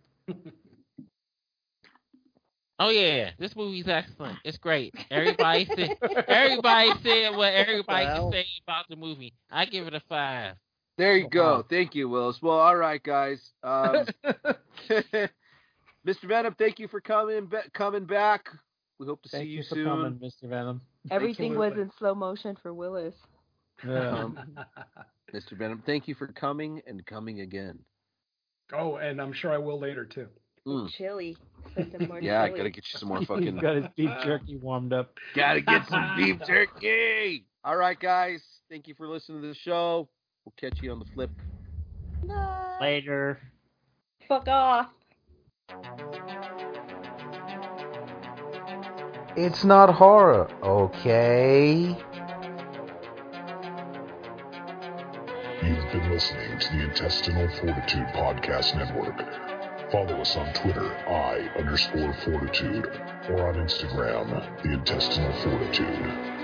Oh yeah, this movie's excellent. It's great. Everybody said everybody said what everybody
Well.
can say about the movie. I give it a five.
There you go. Thank you, Willis. Well, all right, guys. Um, Mr. Venom, thank you for coming ba- coming back. We hope to
Thank
see
you,
you,
for
soon.
coming, Mr. Venom.
Everything was in slow motion for Willis.
Um, Mr. Venom, thank you for coming and coming again.
Oh, and I'm sure I will later too.
Mm.
Chili. Send him more
Yeah, I
chili.
gotta get you some more
you
fucking.
got his beef jerky warmed up.
gotta get some beef jerky. All right, guys. Thank you for listening to the show. We'll catch you on the flip.
Later.
Fuck off.
It's not horror, okay?
You've been listening to the Intestinal Fortitude Podcast Network. Follow us on Twitter, I underscore fortitude, or on Instagram, the Intestinal Fortitude.